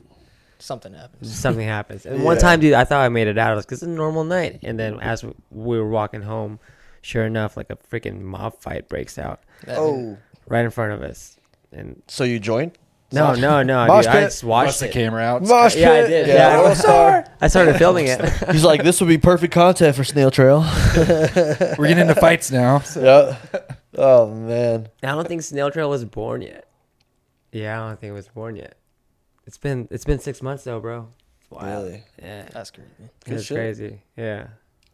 D: something
C: (laughs)
D: happens.
A: something happens. And one
C: Yeah.
A: time, dude, I thought I made it out. I was because it's a normal night. And then as we were walking home, sure enough, like a freaking mob fight breaks out
D: That-
C: oh,
A: right in front of us. And
C: so you joined?
A: no, no, no,
C: Mosh
A: dude, I
C: pit.
A: just watched
B: Bust the
A: it.
B: camera out.
C: Mosh
A: Yeah, I
C: pit.
A: did.
C: Yeah,
A: Yeah, I
C: All
A: was- (laughs)
C: Star.
A: I
C: (laughs)
A: started filming it.
C: He's like, this would be perfect content for Snail Trail.
B: We're getting into fights now. (laughs) So.
C: yeah. Oh man.
A: I don't think Snail Trail was born yet. Yeah, I don't think it was born yet. It's been it's been six months though, bro. Wow.
C: Really?
A: Yeah,
D: That's crazy.
C: Good
A: it's
C: shit.
A: crazy. Yeah.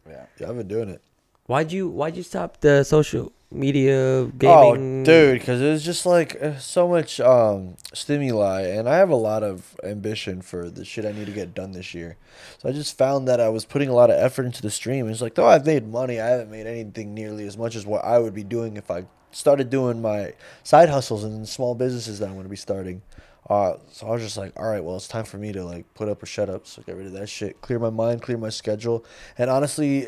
B: Yeah.
C: Yeah, I've been doing it.
A: Why'd you Why'd you stop the social media gaming?
C: Oh, dude, because it was just like uh, so much um, stimuli, and I have a lot of ambition for the shit I need to get done this year. So I just found that I was putting a lot of effort into the stream. It's like, though I've made money, I haven't made anything nearly as much as what I would be doing if I started doing my side hustles and small businesses that I'm going to be starting. Uh, so I was just like, all right, well, it's time for me to like put up or shut up. So get rid of that shit, clear my mind, clear my schedule. And honestly,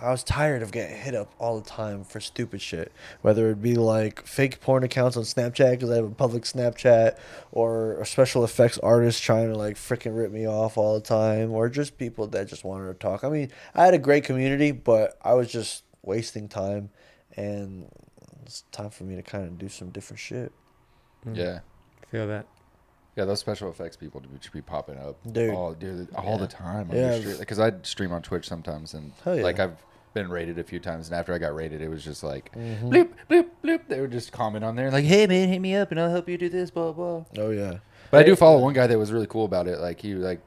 C: I was tired of getting hit up all the time for stupid shit, whether it be like fake porn accounts on Snapchat because I have a public Snapchat, or a special effects artists trying to like freaking rip me off all the time, or just people that just wanted to talk. I mean, I had a great community, but I was just wasting time, and it's time for me to kind of do some different shit.
B: Yeah.
A: feel that.
B: Yeah, those special effects people do- should be popping up,
C: Dude.
B: all, dude, all the time. On
C: Yeah.
B: yeah, because I stream on Twitch sometimes, and
C: Hell yeah.
B: like I've been rated a few times, and after I got rated, it was just like bloop bloop bloop. They would just comment on there like, "Hey man, hit me up, and I'll help you do this." Blah blah.
C: Oh yeah,
B: But I do follow one guy that was really cool about it. Like he like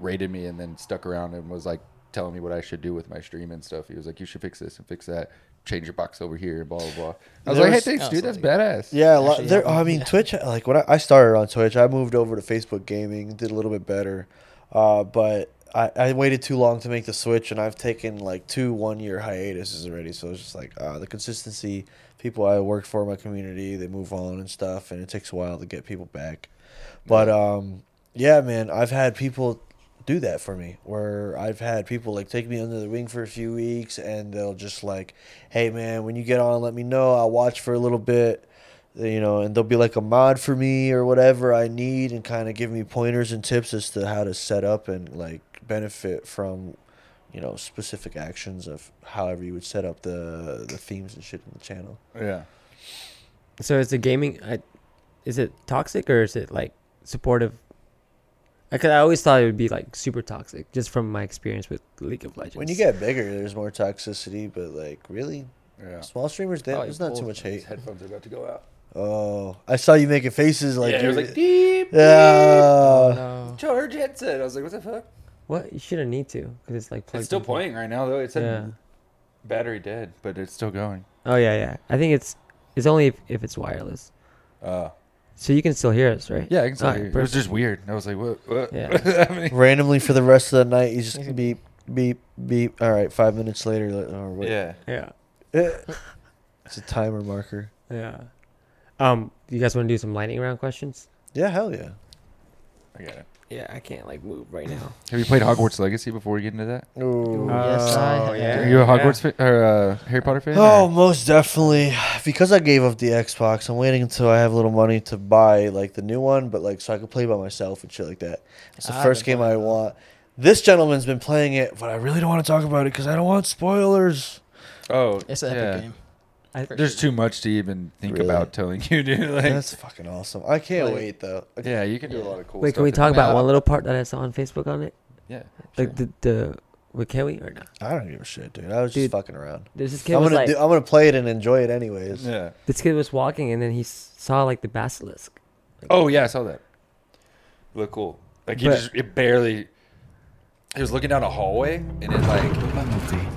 B: rated me and then stuck around and was like telling me what I should do with my stream and stuff. He was like, "You should fix this and fix that. Change your box over here." Blah blah. blah. I was
C: There
B: like, "Hey,
C: was-
B: thanks,
D: Oh,
B: dude.
D: so
B: That's badass."
C: yeah. A lot,
D: Actually,
C: there,
D: yeah.
C: I mean, Twitch. uh, Like when I, I started on Twitch, I moved over to Facebook Gaming, did a little bit better, uh, but I, I waited too long to make the switch, and I've taken like two one-year hiatuses already. So it's just like uh, the consistency. People I work for, my community, they move on and stuff, and it takes a while to get people back. But um, yeah, man, I've had people do that for me where I've had people like take me under the wing for a few weeks and they'll just like, hey man, when you get on, let me know. I'll watch for a little bit, you know, and they'll be like a mod for me or whatever I need and kind of give me pointers and tips as to how to set up and like benefit from. You know, specific actions of however you would set up the the themes and shit in the channel.
B: yeah.
A: So is the gaming? I, is it toxic or is it like supportive? Because I always thought it would be like super toxic, just from my experience with League of Legends.
C: When you get bigger, there's more toxicity, but like really,
B: Yeah.
C: small streamers, they,
B: Oh,
C: there's not
B: cool.
C: too much hate.
B: His headphones are about to go out.
C: Oh, I saw you making faces like
B: yeah, it
C: you're
B: was like Oh, deep.
C: Yeah.
D: Oh, no.
B: Charge headset. I was like, what the fuck?
A: what you shouldn't need to because it's like plugged
B: it's still
A: in.
B: playing right now though. It said
A: Yeah.
B: battery dead, but it's still going.
A: Oh yeah, yeah. I think it's it's only if, if it's wireless,
B: Uh,
A: so you can still hear us, right?
B: yeah, I can still
A: Alright,
B: hear you. It was
A: perfect.
B: just weird. I was like, what? what? (laughs)
A: Yeah.
B: What's happening?
C: randomly for the rest of the night. You
B: (laughs)
C: just
D: Mhm.
C: beep, beep, beep. All right, five minutes later like, or what?
B: Yeah.
A: yeah,
C: (laughs) It's a timer marker.
A: yeah. Um, you guys want to do some lightning round questions?
C: Yeah, hell yeah.
B: I got it.
A: Yeah, I can't like move right now.
B: Have you played Hogwarts Legacy before we get into that?
C: Ooh.
D: Uh, Yes, I have.
B: Oh, Are you a Hogwarts fan or uh, Harry Potter fan?
C: Oh,
B: or-
C: most definitely. Because I gave up the Xbox, I'm waiting until I have a little money to buy like the new one, but like so I could play by myself and shit like that. It's the
D: I've
C: first
D: been
C: game I
D: playing that.
C: want. This gentleman's been playing it, but I really don't want to talk about it because I don't want spoilers.
B: oh,
D: It's an
B: yeah.
D: epic game.
A: I-
D: For
B: There's
D: sure.
B: too much to even think
C: Really?
B: about telling you, dude. (laughs) Like,
C: That's fucking awesome. I can't
D: Like-
C: wait though.
B: yeah, you can do
D: Yeah.
B: a lot of cool.
A: Wait,
B: stuff
A: can we
B: in-
A: talk
B: I mean,
A: about
B: I-
A: one little part that I saw on Facebook on it?
B: Yeah.
A: Like the the. Wait, can we or not?
C: I don't give a shit, dude. I was
A: Dude,
C: just fucking around.
A: There's this kid
C: I'm
A: was
C: gonna
A: like,
C: do, I'm gonna play it and enjoy it anyways.
B: Yeah.
A: this kid was walking and then he s- saw like the basilisk.
B: Oh yeah, I saw that. Look cool. Like he
A: But-
B: just it barely. He was looking down a hallway, and it like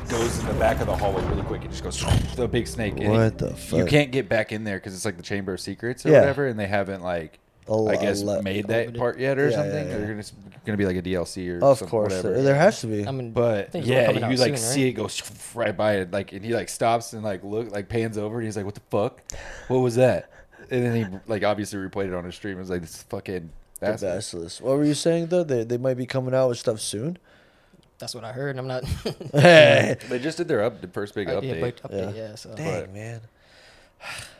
B: goes in the back of the hallway really quick. It just goes the big snake. and it-
C: What the fuck?
B: You can't get back in there because it's like the Chamber of Secrets or
C: Yeah. uh,
B: whatever, and they haven't like
C: a lo-
B: I
C: a
B: guess
C: lot.
B: made that
D: Covid.
B: part yet or
C: Yeah, yeah,
B: something.
C: yeah.
B: Or it's gonna be like a DLC or
C: Of
B: some-
C: course, uh,
B: whatever.
C: there, there has to be.
D: I mean,
B: But
D: things were
B: yeah, you
D: coming out
B: like
D: soon, right?
B: see it go right by it, like and he like stops and like look like pans over and he's like, "What the fuck? What was that?" And then he like obviously replayed it on his stream. and was like, "This is fucking
C: The
B: that's
C: Basilisk. What were you saying though? They, they might be coming out with stuff soon.
D: that's what I heard. and I'm not. (laughs)
C: (laughs) Dang
B: They just did their up the first big
D: Uh, yeah,
B: update.
D: but update,
C: Yeah.
D: yeah. So
B: But-
C: man, (sighs)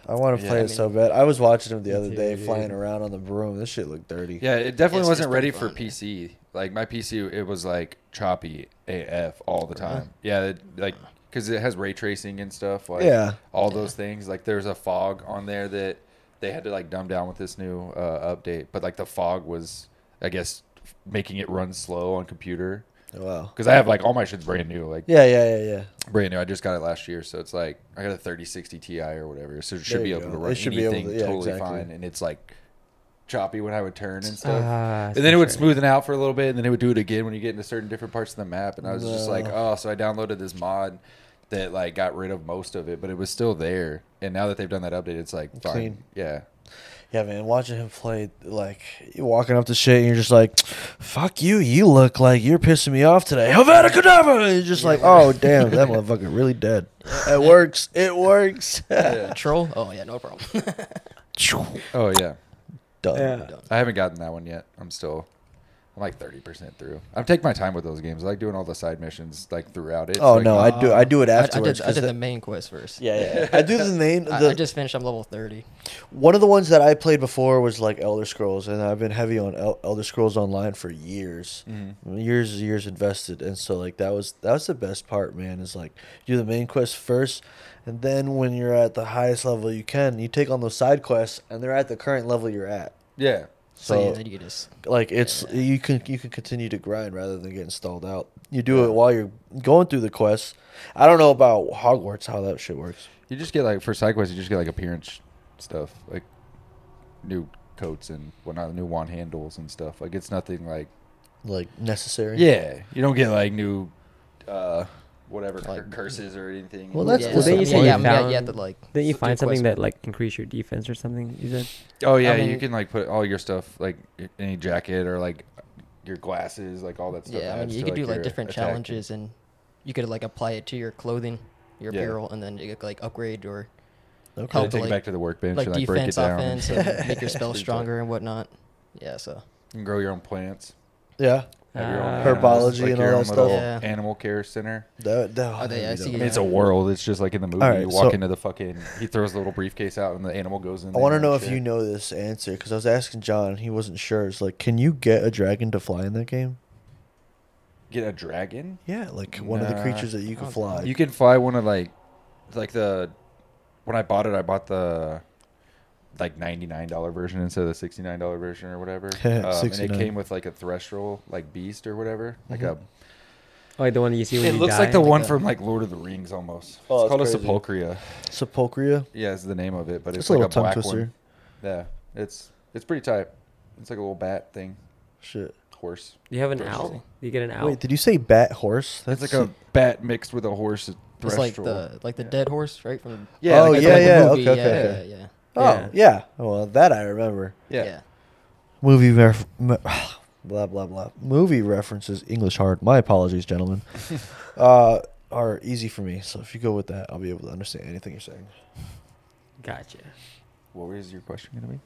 C: I want to
B: Yeah.
C: play
B: I
C: it so bad. I was watching him the
A: Me
C: other
A: too,
C: day
A: dude.
C: flying around on the broom. This shit looked dirty.
B: yeah, it definitely
D: It's-
B: wasn't
D: it's
B: ready
D: pretty
B: for
D: fun, yeah.
B: PC. Like my PC, it was like choppy AF all the time. Yeah, it,
D: Uh-huh.
B: like because it has ray tracing and stuff. Like,
C: Yeah.
B: all those things. Like there's a fog on there that they had to like dumb down with this new uh, update. But like the fog was, I guess, f- making it run slow on computer.
C: Oh, Wow.
B: Because I have like all my shit's brand new, like
C: Yeah, yeah, yeah, yeah.
B: brand new. I just got it last year, so it's like I got a 3060 Ti or whatever, so it should
C: There
B: be
C: you
B: able
C: go.
B: to
C: It
B: run
C: should be able
B: anything
C: to- yeah,
B: totally
C: exactly.
B: fine. And it's like choppy when I would turn and stuff.
A: Ah,
B: and then it would
A: sure.
B: smoothen out for a little bit, and then it would do it again when you get into certain different parts of the map. And I was just like,
C: No.
B: oh, so I downloaded this mod that like got rid of most of it, but it was still there. And now that they've done that update, it's like fine.
C: Clean.
B: Yeah,
C: Yeah, man, watching him play, like, you walking up to shit, and you're just like, fuck you, you look like you're pissing me off today. Havana Cadaver! And you're just like, oh, damn, that motherfucker really dead. It works. It works. (laughs)
D: troll. Oh yeah, no problem. (laughs)
B: Oh yeah,
C: Done.
A: Yeah.
B: I haven't gotten that one yet. I'm still. I'm like thirty percent through. I'm taking my time with those games. I like doing all the side missions like throughout it.
C: Oh,
B: Like,
C: no,
A: Ah.
C: I do I do it
D: uh, I-
C: afterwards.
D: I, did, I
C: 'cause
D: did the
C: the-
D: (laughs) main quest first.
C: yeah, yeah. I do the main.
D: I,
C: the-
D: I just finished. I'm level 30.
C: One of the ones that I played before was like Elder Scrolls, and I've been heavy on El- Elder Scrolls Online for years,
D: Mm-hmm.
C: years and years invested, and so like that was that was the best part, man. Is like do the main quest first, and then when you're at the highest level you can, you take on those side quests, and they're at the current level you're at.
B: Yeah,
D: So,
C: So
D: Oh, yeah, then you just
C: like it's you can you can continue to grind rather than getting stalled out. You do it while you're going through the quests. I don't know about Hogwarts how that shit works.
B: you just get like for side quests, you just get like appearance stuff, like new coats and whatnot, new wand handles and stuff. Like it's nothing like
C: Like necessary.
B: yeah, you don't get like new uh whatever
D: Like-
B: curses or anything.
C: Well, that's
D: yeah,
C: the
D: yeah,
A: thing
D: yeah,
A: is that
D: yeah,
A: you
D: yeah, you
A: found-
D: have to like.
A: Then you
D: do
A: find something
D: quests.
A: that like increase your defense or something. You said
B: Oh yeah,
D: I
B: you
D: mean-
B: can like put all your stuff, like y- any jacket or like your glasses, like all that stuff.
D: Yeah, I mean,
B: adds
D: you
B: to,
D: could do like
B: your
D: different
B: attack.
D: challenges, and you could like apply it to your clothing, your
B: Yeah.
D: apparel, and then you could like upgrade or
C: Okay.
B: You
D: help
B: can take it
D: like-
B: back to the workbench
D: like
B: and like break it
D: defense,
B: down.
D: offense,
B: and stuff. (laughs)
D: and make your spell
B: It's like-
D: stronger and whatnot. Yeah, so
B: You can grow your own plants.
C: Yeah.
B: have your own
A: Ah.
B: animals,
C: Herbology
B: like
C: and
B: your
C: all
B: own
C: that
B: little
D: stuff. Yeah.
B: Animal care center.
C: That, that,
D: Oh, they- I see
B: I
D: Yeah.
B: mean, it's a world. It's just like in the movie.
C: Alright,
B: you walk
C: so-
B: into the fucking. He throws the little briefcase out, and the animal goes in.
C: I
B: there
C: want to
B: and
C: know if
B: shit.
C: you know this answer because I was asking John and he wasn't sure. It's like, can you get a dragon to fly in that game?
B: get a dragon.
C: Yeah, like one of the
B: Nah.
C: creatures that you
D: I
C: can
D: don't
C: fly.
B: You can fly one of like, like the, when I bought it, I bought the, like ninety nine dollar version instead of the sixty nine dollar version or
C: (laughs)
B: whatever. um, and it
C: 69.
B: came with like a threshold, like beast or whatever, like
C: Mm-hmm.
B: a.
A: Oh, like the one that you see when
B: It
A: you
B: looks
A: die?
B: like the one
D: a-
B: from like Lord of the Rings almost.
C: Oh,
B: it's called
C: that's
B: a sepulchria.
C: Sepulchria.
B: Yeah, is the name of it, but it's,
C: It's a
B: like a,
C: little tongue
B: black
C: twister.
B: one. Yeah, it's it's pretty tight. It's like a little bat thing,
C: Shit.
B: horse.
A: Do you have an owl? Do you get an owl?
C: Wait, did you say bat horse?
B: That's like a bat mixed with a horse.
D: it's
B: Threshold.
D: like the like the dead horse, right? From
B: Yeah,
C: oh
B: like
C: yeah,
B: the
C: yeah,
D: movie,
C: okay, okay,
D: yeah,
C: okay. (laughs)
D: yeah,
C: Oh yeah. Well, that I remember.
B: yeah.
D: yeah.
C: Movie ref. me- (sighs) Blah blah blah. Movie references English hard. My apologies, (laughs) gentlemen. uh, are easy for me. So if you go with that, I'll be able to understand anything you're saying.
A: Gotcha.
B: What was your question gonna be?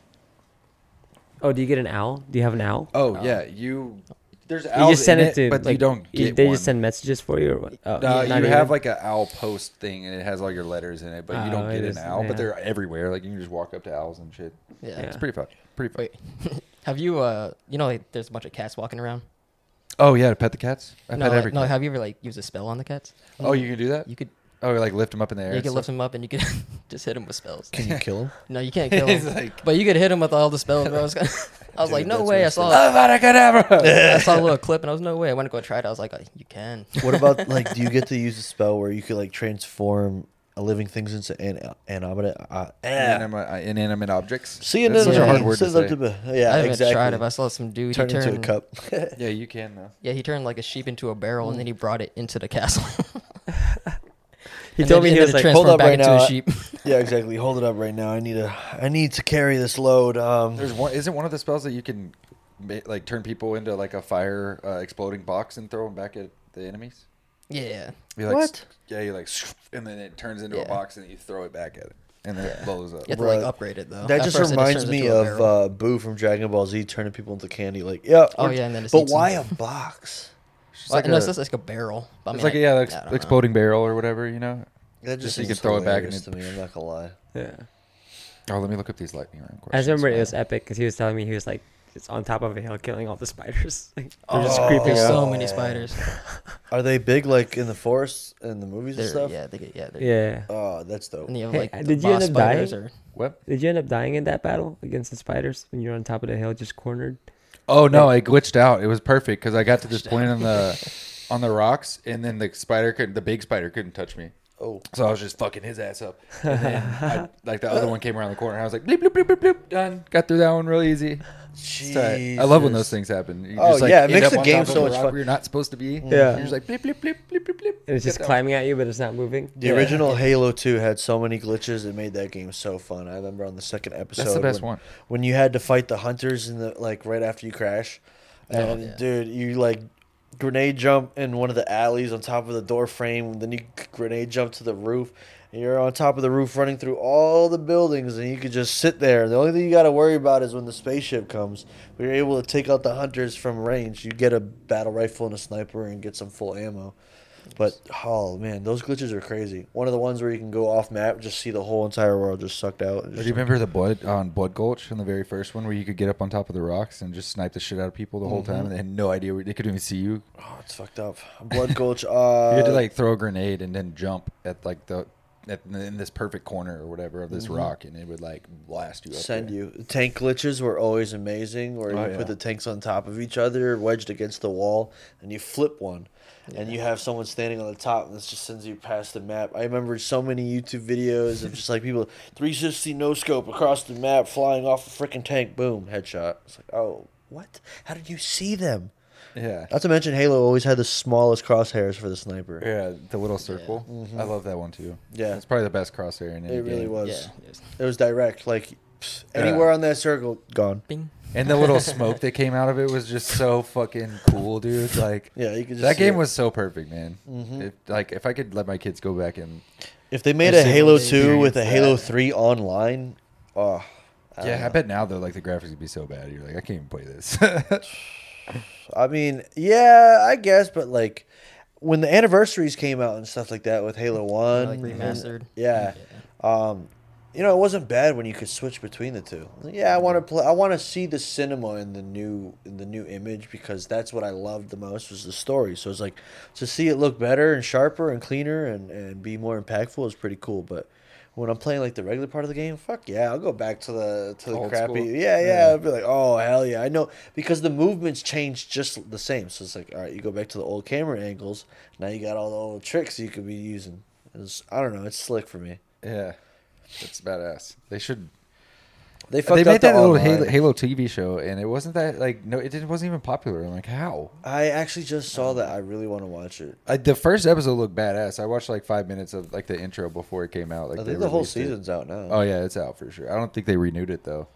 A: Oh, do you get an owl? Do you have an owl?
B: Oh yeah, you. There's
A: you
B: owls
A: just send
B: in
A: it to,
B: but
A: like,
B: you don't
A: you-
B: get
A: They
B: one.
A: just send messages for you, or what? Oh,
B: No,
A: not
B: you have
A: even?
B: like an owl post thing, and it has all your letters in it, but you
A: Oh,
B: don't
A: it
B: get
A: is-
B: an owl.
A: yeah.
B: But they're everywhere. Like you can just walk up to owls and shit.
D: yeah.
A: Yeah.
B: It's pretty fun. Pretty fun.
D: Wait, (laughs) have you uh, you know, like, there's a bunch of cats walking around.
B: Oh yeah, to pet the cats. I
D: no,
B: pet
D: like-
B: every
D: no,
B: cat.
D: have you ever like used a spell on the cats?
B: oh, you can do that.
D: You could
B: oh, like lift them up in the air.
D: you
B: and
D: could
B: stuff?
D: lift them up and you could (laughs) just hit them with spells.
C: Can you (laughs) kill him?
D: No, you can't kill him.
B: like-
D: but you could hit him with all the spells,
C: (laughs)
D: bro. I was, gonna, I was like,
C: Dude,
D: no
C: that's
D: way. I
C: messed
D: saw,
B: Abracadabra.
C: (laughs)
D: I saw a little clip, and I was no way. I want to go try it. I was like, oh, you can.
C: What about like? Do you
D: (laughs)
C: get to use a spell where you could like transform uh, living things into an animate? Uh, eh.
B: Inanimate, uh, inanimate objects.
C: See you
B: That's such a
D: another
B: hard
D: day.
B: word to say.
D: I
C: Yeah,
D: haven't
C: exactly.
D: tried it. But I saw some dude.
C: Turn
D: he
C: into
D: turned,
C: a
D: (laughs)
C: cup. (laughs)
B: Yeah, you can though.
C: Mm.
D: Yeah, he turned like a sheep into a barrel, and then he brought it into the castle.
A: He
D: And
A: told me
D: then-
A: he
D: and
A: was
D: then
A: like,
D: it
C: "Hold
D: transformed
C: up
D: back
C: right
D: into a
C: now."
D: sheep.
C: (laughs) yeah, exactly. Hold it up right now. I need a. I need to carry this load. Um,
B: There's one. Isn't one of the spells that you can ma- like turn people into like a fire uh, exploding box and throw them back at the enemies?
D: (laughs) yeah.
B: You like,
C: What?
B: s- Yeah, you like, and then it turns into a
D: Yeah.
B: box and you throw it back at it, and then it blows up.
D: You have to
C: Bruh.
D: like upgrade it though.
C: that
D: At
C: just
D: first it
C: reminds
D: turns
C: me
D: into a
C: of
D: barrel.
C: uh, Boo from Dragon Ball Z turning people into candy. Like, yeah.
D: Oh,
C: we're-
D: yeah, and then it
C: But
D: eats
C: why a
D: them.
C: box?
B: It's
D: Well,
B: like
D: no,
B: a,
D: it's just like a barrel. But I
B: it's
D: mean,
B: like
D: I-
B: a, yeah,
D: I
B: like
D: don't know.
B: exploding barrel or whatever. You know.
C: That
B: Just
C: just
B: so you
C: seems
B: can throw it back
C: hilarious
B: and
C: to me. I'm not gonna lie.
A: yeah.
B: Oh, let me look up these lightning round
A: I
B: questions.
A: just remember it was epic because he was telling me he was like just on top of a hill killing all the spiders. (laughs) Like, they're just
C: Oh.
A: creeping
D: There's
A: up.
D: so many spiders.
C: Are they big like in the forest and the movies and
D: They're,
C: stuff?
D: yeah, they get yeah. They're,
A: Yeah.
C: Oh, that's dope.
D: And you have
A: Hey,
C: (laughs)
D: like the
A: did you end
D: boss
A: up dying?
D: spiders or
B: What?
A: Did you end up dying in that battle against the spiders when you're on top of the hill, just cornered?
B: Oh no, I glitched out. It was perfect because I got to this point on the
D: (laughs)
B: on the rocks, and then the spider couldn't. The big spider couldn't touch me.
C: Oh,
B: So I was just fucking his ass up. And
C: (laughs)
B: then I, like the other one came around the corner. And I was like, bleep, bleep, bleep, bleep, bleep, done. Got through that one real easy. It's all right. I love when those
C: Jesus.
B: things happen. You
C: Oh,
B: like,
C: yeah, it
B: end
C: makes
B: up
C: the
B: on
C: game
B: top of
C: so
B: a
C: much
B: rock
C: fun.
B: where You're not supposed to be. You're just like, bleep, bleep, bleep, bleep, bleep, bleep.
A: It was just
B: Get that
A: climbing at you, but it's not moving.
C: The
A: Yeah.
C: original Halo 2 had so many glitches that made that game so fun. I remember on the second episode.
B: best
C: when,
B: one.
C: When you had to fight the hunters in the like right after you crash. And
D: yeah.
C: dude, you like grenade jump in one of the alleys on top of the door frame, then you grenade jump to the roof. And you're on top of the roof running through all the buildings and you could just sit there. The only thing you got to worry about is when the spaceship comes. But you're able to take out the hunters from range. You get a battle rifle and a sniper and get some full ammo. But oh man, those glitches are crazy. One of the ones where you can go off map, just see the whole entire world just sucked out. and
B: Do
C: just
B: you remember the blood on Blood Gulch on the very first one where you could get up on top of the rocks and just snipe the shit out of people the whole
C: Mm-hmm.
B: time and they had no idea where they couldn't even see you?
C: oh, it's fucked up. Blood Gulch. (laughs) Uh,
B: You had to like throw a grenade and then jump at like the at, in this perfect corner or whatever of this rock and it would like blast you up.
C: Mm-hmm. send
B: there.
C: you. Tank glitches were always amazing, where
B: Oh,
C: you
B: yeah.
C: put the tanks on top of each other, wedged against the wall, and you flip one, and you have someone standing on the top, and this just sends you past the map. I remember so many YouTube videos of just like people 360 no scope across the map, flying off a freaking tank, boom, headshot. It's like, oh, what? How did you see them?
B: Yeah.
C: Not to mention, Halo always had the smallest crosshairs for the sniper.
B: Yeah, the little circle. I love that one too.
C: Yeah.
B: it's probably the best crosshair in any
C: It really
B: game.
C: was.
D: yeah, just
C: It was direct. Like pfft,
B: Yeah.
C: anywhere on that circle, gone.
D: bing.
B: And the little smoke that came out of it was just so fucking cool, dude. Like
C: Yeah, you could just
B: that
C: see
B: game
C: it.
B: was so perfect, man. If, like if I could let my kids go back and
C: If they made
B: I've
C: a
B: seen
C: Halo
B: what they do
C: Two with a
B: with
C: Halo
B: that.
C: Three online, oh, I
B: yeah,
C: don't
B: I
C: know.
B: bet now though, like the graphics would be so bad. You're like, I can't even play this. (laughs)
C: I mean, yeah, I guess, but like when the anniversaries came out and stuff like that with Halo One,
D: like
C: and-
D: remastered.
C: yeah, Um, you know, it wasn't bad when you could switch between the two. Yeah, I want to play. I want to see the cinema in the new in the new image because that's what I loved the most was the story. So it's like to see it look better and sharper and cleaner and and be more impactful is pretty cool. But when I'm playing like the regular part of the game, fuck yeah, I'll go back to the to the
B: Old
C: crappy.
B: school.
C: Yeah, yeah,
B: Yeah.
C: I'll be like, oh hell yeah, I know because the movements change just the same. So it's like, all right, you go back to the old camera angles. Now you got all the old tricks you could be using. It's, I don't know, it's slick for me.
B: yeah, that's badass. They should. They
C: They fucked
B: made
C: up the
B: that little
C: online.
B: Halo, Halo TV show, and it wasn't that like no, it didn't, wasn't even popular. I'm like, how?
C: I actually just saw that. I really want to watch it.
B: I, the first episode looked badass. I watched like five minutes of like the intro before it came out. Like
C: I
B: they
C: think the whole
B: released it.
C: season's out now.
B: Oh yeah, it's out for sure. I don't think they renewed it though.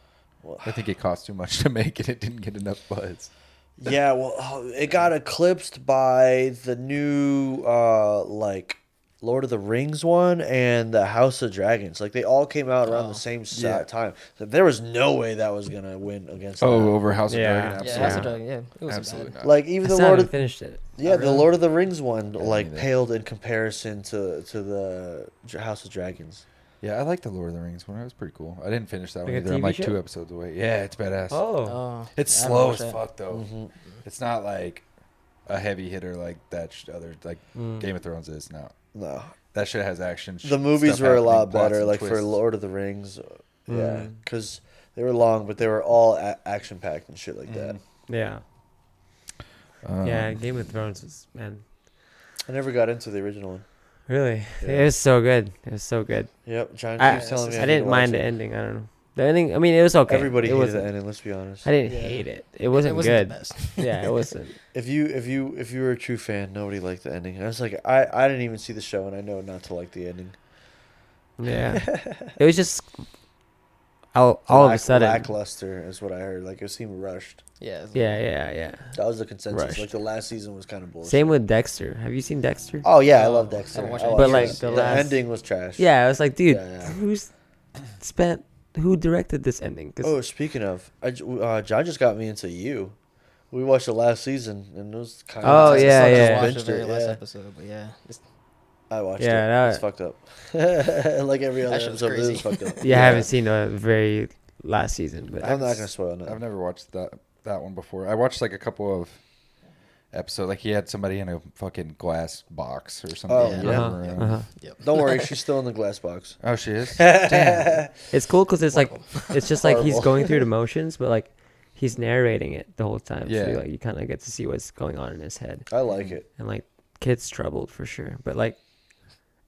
C: Well-
B: I think it cost too much to make it. It didn't get enough buzz.
C: (laughs) yeah, well, oh, it got eclipsed by the new uh like Lord of the Rings one and the House of Dragons. Like they all came out around the same si-
B: Oh, Yeah.
C: time. So there was no way that was gonna win against.
B: Oh,
C: that.
B: over House
A: Yeah.
B: of Dragon.
D: Yeah,
B: Absolutely.
D: House of Dragon, yeah, it was
B: Absolutely
D: Absolutely.
B: not.
C: like even
A: I
C: the
A: still
C: Lord
A: haven't
C: of
A: finished it.
C: yeah, the
D: really?
C: Lord of the Rings one like
B: either.
C: paled in comparison to to the Dr- House of Dragons.
B: Yeah, I like the Lord of the Rings one. It was pretty cool. I didn't finish that
A: Like
B: one
A: a
B: either. I'm
A: TV
B: like
A: show?
B: two episodes away. Yeah, it's badass.
A: Oh,
D: Oh,
B: it's
D: yeah, I
B: slow as
D: watched that.
B: fuck though.
C: Mm-hmm.
B: It's not like a heavy hitter like that sh- other like
A: Mm.
B: Game of Thrones is now.
C: No,
B: That shit has action. sh-
C: Mm-hmm. the movies
B: stuff
C: were a lot
B: happening, plots
C: better
B: and
C: like for
B: twists. Mm.
C: lord of the rings uh, yeah because they were long but they were all a- action packed and shit like that
B: Mm.
A: yeah,
B: Um,
A: yeah. Game of Thrones was man,
C: i never got into the original one
A: really.
C: Yeah.
A: It was so good. It was so good.
C: yep john
A: I,
C: keeps telling me
A: I
C: need to
A: didn't
C: watch
A: mind the
C: it.
A: ending. I don't know. The ending. I mean, it was okay.
C: Everybody
A: it
C: hated
A: wasn't.
C: the ending. Let's be honest.
A: I didn't
D: Yeah.
A: hate it. It wasn't,
D: it wasn't
A: good.
D: the best.
A: (laughs)
D: (laughs)
A: yeah, it wasn't.
C: If you if you if you were a true fan, nobody liked the ending. I was like, I I didn't even see the show, and I know not to like the ending.
A: Yeah,
C: (laughs)
A: it was just all, all of a
C: Lack-
A: sudden.
C: lackluster is what I heard. Like it seemed rushed.
D: Yeah. it's-
A: Yeah, yeah, yeah.
C: That was the consensus.
A: Rushed.
C: Like the last season was kind of bullshit.
A: Same with Dexter. Have you seen Dexter?
C: Oh yeah, I
D: No,
C: love
D: I
C: Dexter.
D: haven't watched
C: I
D: it.
C: love
A: But, like,
C: Dexter.
A: the last-
C: ending was trash.
A: Yeah, I was like, dude,
C: Yeah, yeah.
A: who's spent who directed this ending? 'Cause-
C: Oh, speaking of, I j uh, John just got me into you. We watched the last season, and it was kind
A: Oh,
C: of.
D: I
A: yeah,
D: still just
A: yeah.
D: watched the
C: Binged
D: very
C: it,
D: last
C: yeah.
D: episode, but yeah, it's-
C: I watched
A: Yeah, that-
C: it. It's fucked up. (laughs) like every other
D: That shit's
C: episode, it was
D: crazy.
C: fucked
A: (laughs)
C: up.
A: yeah, I haven't seen the very last season, but
C: I'm not gonna spoil nothing.
B: I've never watched that that one before. I watched like a couple of episodes. Like he had somebody in a fucking glass box or something.
C: Oh,
B: in
A: yeah.
B: her
A: Uh-huh,
B: room.
A: uh-huh.
D: yep.
C: Don't worry, she's still in the glass box.
B: Oh,
A: (laughs)
B: she is. Damn.
A: it's cool because it's like it's just like he's
C: (laughs) Horrible.
A: going through the motions, but like he's narrating it the whole time.
B: Yeah.
A: so like you kind of get to see what's going on in his head,
C: I like it.
A: and like kid's troubled for sure. But like,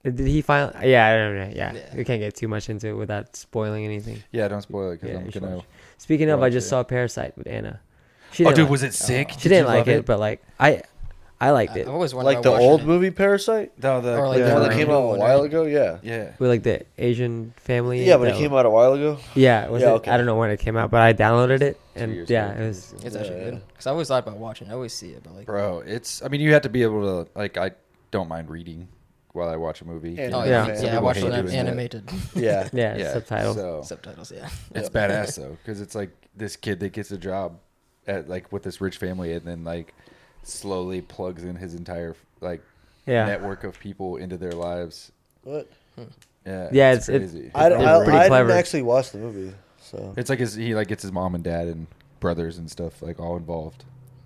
A: did he find? Yeah, I don't know. Yeah,
D: Yeah.
A: we can't get too much into it without spoiling anything.
B: Yeah, don't spoil it because
A: Yeah,
B: I'm
A: you should
B: gonna.
A: watch Speaking of, I
B: Watch
A: just
B: it.
A: saw Parasite with Anna. She
B: Oh,
A: didn't
B: dude,
A: like-
B: was it sick?
A: Uh-huh. she didn't like it, but like I, I liked
D: I-
A: it.
D: I've always wondered
C: Like
D: about
C: the
D: watching
C: old
D: it.
C: movie Parasite,
B: no, the
D: Or,
C: like
D: like,
C: the one
D: Yeah.
C: that came out a while ago. Yeah,
B: Yeah.
A: with like the Asian family.
C: yeah, but
A: that
C: it came
A: was-
C: out a while ago.
A: Yeah, was
C: Yeah,
A: it-
C: okay.
A: I don't know when it came out, but I downloaded it and
B: years
A: yeah,
B: ago,
A: it was.
D: It's actually
C: Yeah.
D: good. Because I always thought about watching. it. I always see it, but like,
B: bro. It's. I mean, you have to be able to. Like, I don't mind reading while I watch a movie.
C: And-
D: oh
A: Yeah.
D: yeah, yeah,
C: Some
D: I
B: people
D: watched
B: hate
D: it
B: doing that.
D: (laughs) animated
C: Yeah,
A: (laughs) Yeah, subtitles.
B: So
D: subtitles. Yeah, (laughs)
B: it's badass though, because it's like this kid that gets a job at like with this rich family, and then like slowly plugs in his entire like
A: Yeah.
B: network of people into their lives.
C: what?
B: Yeah,
A: Yeah, it's- it-
C: I,
A: It's
C: don't-
A: pretty
C: I, I didn't
A: clever.
C: actually watch the movie, so
B: It's like his, he like gets his mom and dad and brothers and stuff like all involved.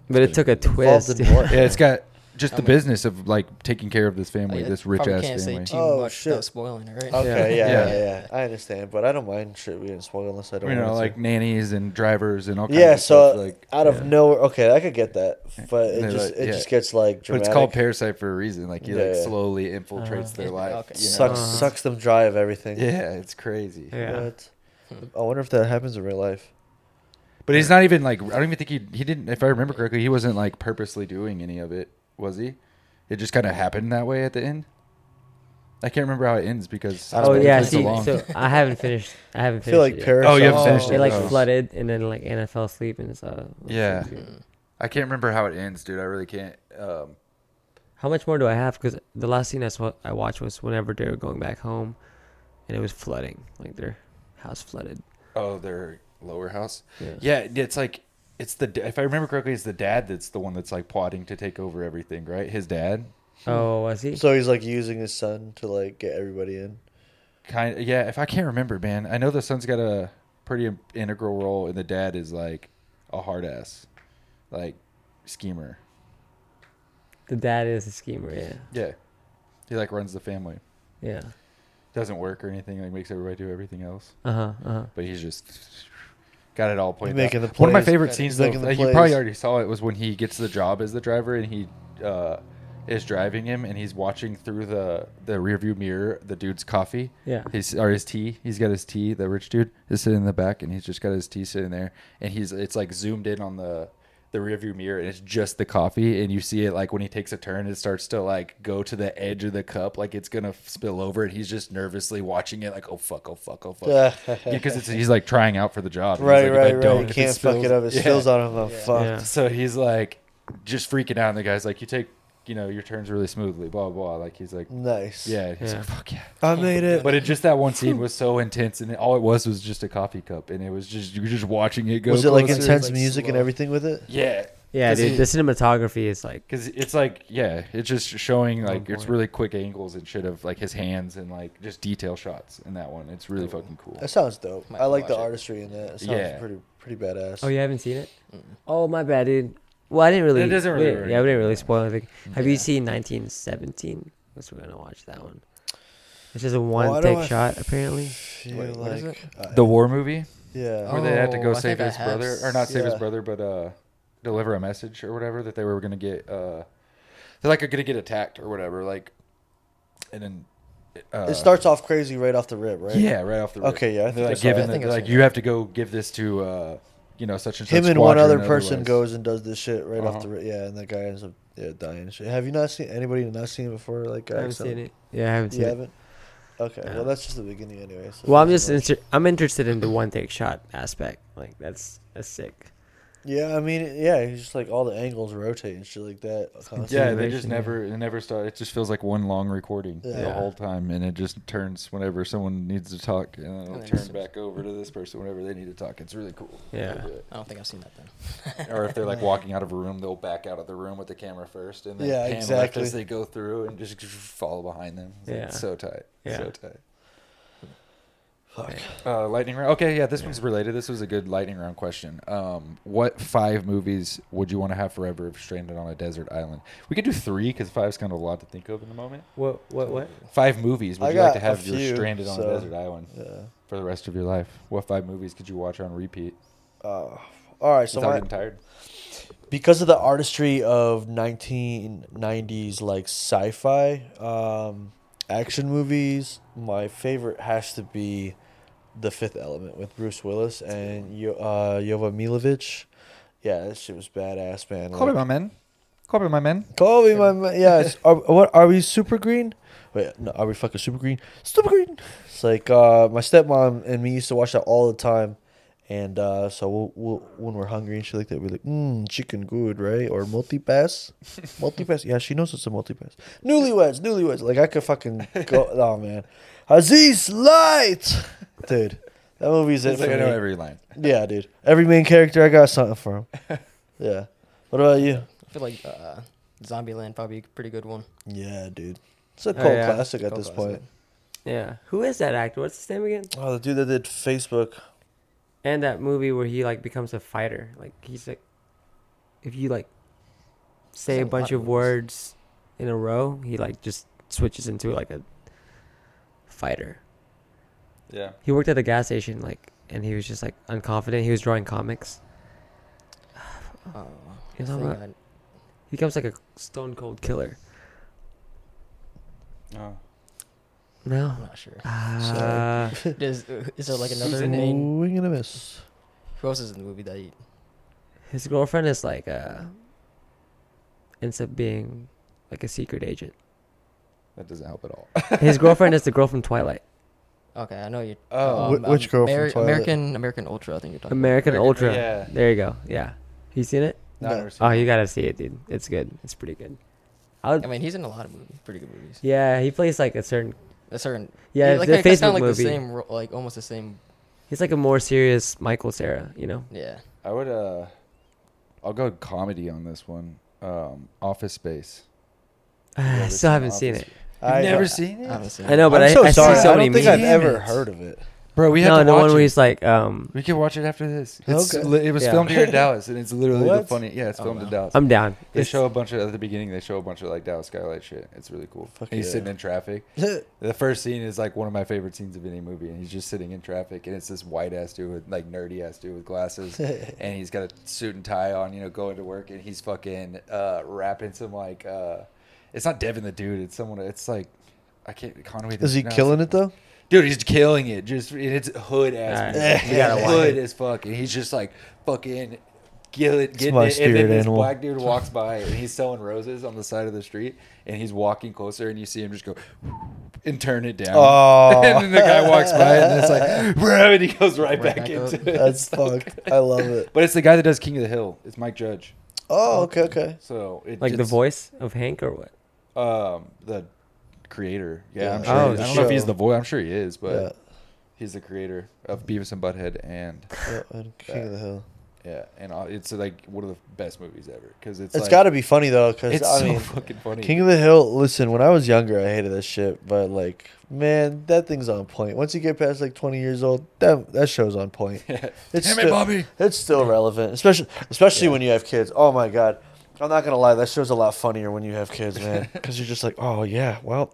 A: But it took a
C: Involved
A: twist.
C: in war.
A: (laughs)
B: Yeah, it's got just the
D: mean-
B: business of like taking care of this family,
D: Like, I
B: this rich
D: probably
B: ass
D: can't
B: family.
D: say too
C: Oh,
D: much
C: shit.
D: without spoiling it, right?
C: okay, yeah. Yeah,
B: Yeah.
C: yeah, I understand, but I don't mind shit being spoiled unless I don't.
B: you know,
C: want it to.
B: like nannies and drivers and all kinds
C: yeah,
B: of
C: so
B: stuff. Like,
C: out of nowhere, okay, I could get that, but it
B: They're
C: just
B: like-
C: it
B: yeah.
C: just gets like
B: but
C: dramatic.
B: it's called Parasite for a reason. Like, he like
C: Yeah.
B: slowly infiltrates their
D: Uh-huh. Yeah,
B: life.
D: okay.
B: you know?
C: sucks
A: Uh-huh.
C: sucks them dry of everything.
B: Yeah, it's crazy.
A: Yeah.
C: What? I wonder if that happens in real life.
B: But he's not even like I don't even think he he didn't if I remember correctly he wasn't like purposely doing any of it was he? It just kind of happened that way at the end. I can't remember how it ends because
C: I
A: oh
C: don't know,
A: yeah,
C: it's
A: see,
C: so long.
A: so I haven't finished. I haven't
C: I
A: finished.
C: feel like
A: it yet.
C: Paris.
B: Oh, you haven't finished
A: It like
B: Oh.
A: flooded, and then like Anna fell asleep, and it's uh. what's
B: Yeah.
A: it do?
B: I can't remember how it ends, dude. I really can't. Um,
A: How much more do I have? Because the last scene I saw, I watched was whenever they were going back home, and it was flooding, like their house flooded.
B: oh, their lower house.
A: Yeah.
B: Yeah, it's like it's the da- if I remember correctly, it's the dad that's the one that's like plotting to take over everything, right? His dad,
A: Oh, was he?
C: So he's like using his son to like get everybody in.
B: kind yeah. If I can't remember, man, I know the son's got a pretty in- integral role, and the dad is like a hard ass, like schemer.
A: The dad is a schemer. Yeah.
B: Yeah, he like runs the family.
A: Yeah.
B: Doesn't work or anything. Like makes everybody do everything else.
A: Uh huh. Uh huh.
B: But he's just got it all played
C: He's making
B: out.
C: the
B: One of my
C: plays.
B: favorite
C: He's
B: scenes, though,
C: making the
B: like, you
C: plays.
B: probably already saw it, was when he gets the job as the driver and he uh, is driving him and he's watching through the the rearview mirror the dude's coffee.
A: Yeah.
B: His or his tea. He's got his tea. The rich dude is sitting in the back and he's just got his tea sitting there and he's it's like zoomed in on the. The rearview mirror, and it's just the coffee, and you see it like when he takes a turn, it starts to like go to the edge of the cup, like it's gonna spill over, and he's just nervously watching it, like oh fuck, oh fuck, oh
C: (laughs)
B: fuck, because it's, he's like trying out for the job. He's
C: Right,
B: like, if I
C: right, right.
B: don't,
C: He
B: if it
C: can't fuck
B: spills-
C: it up. It
B: Yeah. (laughs)
C: spills on him. I'm fucked.
A: Yeah.
B: So he's like, just freaking out. And the guy's like, you take, you know, your turns really smoothly, blah, blah. Like, he's like,
C: Nice.
B: yeah. and He's
A: Yeah.
B: like, fuck yeah.
C: I made it.
B: But it just that one
C: (laughs)
B: scene was so intense, and it, all it was was just a coffee cup, and it was just you were just watching it go.
C: was it like
B: closer.
C: intense
D: like,
C: music and
D: slow.
C: everything with it?
B: Yeah,
A: Yeah,
B: Does
A: dude.
B: he-
A: The cinematography is like.
B: because it's like yeah, it's just showing
C: Oh,
B: like it's
A: point.
B: really quick angles and shit of like his hands and like just detail shots in that one. It's really fucking cool.
C: That sounds dope.
D: Might
C: I like
D: watch
C: the
D: it.
C: artistry in that. It sounds
B: Yeah.
C: pretty pretty badass.
A: Oh, you haven't seen it? Oh, my bad, dude. Well, I didn't really.
B: It doesn't
A: we
B: really
A: didn't-
B: ruin
A: yeah, we
B: anything,
A: didn't really spoil anything. Have you
D: Yeah.
A: seen 1917? Guess we're gonna watch that one. It's just a
C: Why
A: one
C: do
A: take
C: I
A: shot, apparently.
C: Feel
D: Wait, what is
C: like I-
B: The war movie.
C: yeah.
B: where they had to
D: Oh,
B: go
D: I
B: save
D: think I
B: his
D: have
B: brother or not save his
C: yeah.
B: brother but uh deliver a message or whatever that they were gonna get uh they're like gonna get attacked or whatever like and then uh,
C: it starts off crazy right off the rib, right?
B: Yeah, right off the. rip.
C: Okay, yeah, I
B: They're
C: think I
B: like
C: saw
B: giving
D: that. I
B: the,
D: think I
B: they're like
D: saw
B: you
D: that.
B: have to go give this to uh, you know such and such.
C: Him and one other
B: squadron,
C: person
B: otherwise-
C: goes and does this shit right off
B: Uh-huh.
C: the rib. Yeah, and that guy ends up yeah, dying. and shit. Have you not seen anybody not seen it before? Like
A: I haven't seen it. Yeah, I haven't
C: You
A: seen it.
C: haven't. Okay,
A: No.
C: well that's just the beginning anyway. So
A: Well, I'm
C: it
A: just
C: doesn't really-
A: inter- I'm interested in the one take shot aspect. Like that's that's sick.
C: Yeah, I mean, yeah, he's just like all the angles rotate and shit
A: (laughs)
C: like that. Constantly.
B: Yeah, they just
A: Generation, yeah.
B: never it never start. It just feels like one long recording the
C: Yeah.
B: whole time, and it just turns whenever someone needs to talk, and then it'll
D: And then
B: turn
D: it's-
B: back over to this person whenever they need to talk. It's really cool.
A: Yeah.
B: They do it.
D: (laughs) I don't think I've seen that then.
B: or if they're like walking out of a room, they'll back out of the room with the camera first, and then
C: Yeah,
B: pan left
C: exactly.
B: as they go through and just follow behind them. It's like,
A: Yeah.
B: so tight.
A: Yeah.
B: so tight.
C: Fuck.
B: Uh, lightning round. Okay, yeah, this one's related. This was a good lightning round question. Um, what five movies would you want to have forever if stranded on a desert island? We could do three because five's kind of a lot to think of in the moment.
A: What what what?
B: Five movies would
C: I
B: you like to
C: got a
B: have? you're
C: few,
B: stranded on
C: so-
B: a desert island
C: Yeah.
B: for the rest of your life. What five movies could you watch on repeat
C: Uh, all right, so
B: without
C: my,
B: getting tired?
C: because of the artistry of 1990s like sci-fi um, action movies my favorite has to be the fifth element with bruce willis and Yo- uh, Jova milovich yeah that shit was badass man
B: Call me my
C: like,
B: men. Call me my men.
C: Kobe, my man.
B: (laughs)
C: Yeah, it's- are, what are we super green? Wait, no, are we fucking super green? Super green. It's like uh, my stepmom and me used to watch that all the time, and uh, so we'll, we'll, when we're hungry and shit like that, we're like, mmm, chicken good, right? Or multi
B: (laughs)
C: pass, multi pass. Yeah, she knows it's a multi pass. Newlyweds, newlyweds. Like I could fucking
B: (laughs)
C: go. Oh man, Aziz Light, dude. That movie's it.
B: It's like
C: for
B: I know
C: me.
B: every line.
C: yeah, dude. Every main character, I got something for
B: (laughs)
C: him. Yeah. What about you?
D: I feel like uh, Zombieland probably a pretty good one.
C: Yeah, dude. It's a
A: Oh,
C: cult
A: yeah.
C: classic at
D: Cult
C: this
D: classic.
C: point.
A: Yeah. Who is that actor? What's his name again?
C: Oh, the dude that did Facebook.
A: And that movie where he like becomes a fighter. Like he's like if you like say
D: There's
A: a
D: a
A: bunch
D: lot
A: of
D: of movies.
A: words in a row, he like just switches into like a fighter.
B: Yeah.
A: He worked at a gas station like and he was just like unconfident. He was drawing comics.
D: Uh,
A: You
D: I
A: know
D: think
A: what?
D: I-
A: He becomes like a stone cold killer.
B: Oh.
A: No. Oh.
D: I'm not sure. (laughs)
A: Uh,
D: Does, is there like
B: Who's
D: another
B: in it?
D: main?
C: Swing and a miss.
D: Who else is in the movie that you,
A: his girlfriend is like uh ends up being like a secret agent.
B: That doesn't help at all. (laughs)
A: His girlfriend is the girl from Twilight.
D: Okay, I know you. um,
B: Oh.
C: Wh- which girl from
D: Ameri-
C: Twilight?
D: American American Ultra, I think you're talking.
A: American
B: American-
A: Ultra.
B: yeah.
A: There you go. Yeah. You seen it?
B: No, I've never seen
A: Oh, you
B: it.
A: gotta see it, dude. It's good. It's pretty good. I would,
D: About. I mean, he's in a lot of movies, pretty good movies.
A: yeah, he plays like a certain.
D: A certain.
A: Yeah,
D: like,
A: the
D: like, that's kinda
A: Facebook
D: like
A: movie.
D: the same, ro- like almost the same.
A: He's like a more serious Michael Sarah, you know.
D: Yeah.
B: I would. uh I'll go comedy on this one. Um, Office Space.
A: (sighs) Ah, I
B: ever
A: still haven't seen
B: seen
A: it,
B: Office- You've never seen it,
C: I
D: Obviously.
A: I know,
C: I'm
A: but I,
C: so
A: I
C: sorry.
A: see so
C: I
A: many
C: don't think I've
A: memes.
B: memes.
C: ever
B: Damn it.
C: heard of it.
B: bro. We have
A: No,
B: to
A: the
B: watch
A: one where
B: it.
A: he's like, um,
B: We can watch it after this. It's
C: Okay.
B: li- it was
A: Yeah.
B: filmed (laughs) here in Dallas, and it's literally the
C: What?
B: funny. Yeah, it's
D: Oh,
B: filmed in
D: wow.
B: Dallas.
A: I'm down.
B: they
A: It's-
B: show a bunch of at the beginning. They show a bunch of like Dallas skylight shit. It's really cool.
C: Fuck
B: And he's
C: yeah.
B: sitting in traffic. The first scene is like one of my favorite scenes of any movie, and he's just sitting in traffic, and it's this white ass dude with like nerdy ass dude with
C: (laughs)
B: glasses, and he's got a suit and tie on, you know, going to work, and he's fucking uh, rapping some like, uh, it's not Devin the dude, it's someone, it's like, I can't Conway.
C: Is he killing it though?
B: Dude, he's killing it. Just and it's hood ass.
A: All right.
B: music.
A: We gotta
B: It's
A: watch
B: hood as fuck, and he's just like fucking. Kill it, getting
C: my
B: it, and then
C: spirit
B: this
C: animal.
B: black dude walks by and he's selling roses on the side of the street, and he's walking closer, and you see him just go and turn it down. (laughs)
C: Oh.
B: and then the guy walks by, and it's like, bro, (laughs) and he goes right, back,
D: back up.
B: into it.
C: That's fucked. I love it.
B: But it's the guy that does King of the Hill. It's Mike Judge.
C: Oh, okay, okay.
B: So it,
A: like the
B: it's,
A: voice of Hank or what?
B: um, the creator. Yeah,
C: Yeah.
B: I'm sure.
A: Oh,
B: I
A: the
B: don't know if he's
C: show.
B: the voice. I'm sure he is, but
C: Yeah.
B: he's the creator of Beavis and Butthead and
C: Yeah, and Oh, King of the Hill.
B: Yeah, and uh, it's like one of the best movies ever because it's
C: It's
B: like,
C: got to be funny though, because
B: It's
C: I
B: so
C: mean,
B: fucking funny.
C: King of the Hill. Listen, when I was younger, I hated that shit, but like, man, that thing's on point. Once you get past like 20 years old, that that show's on point. It's
B: (laughs) Damn it,
C: still-
B: Bobby.
C: It's still relevant, especially especially when you have kids. Oh my god, I'm not gonna lie, that show's a lot funnier when you have
B: (laughs)
C: kids, man, because you're just like, oh yeah, well,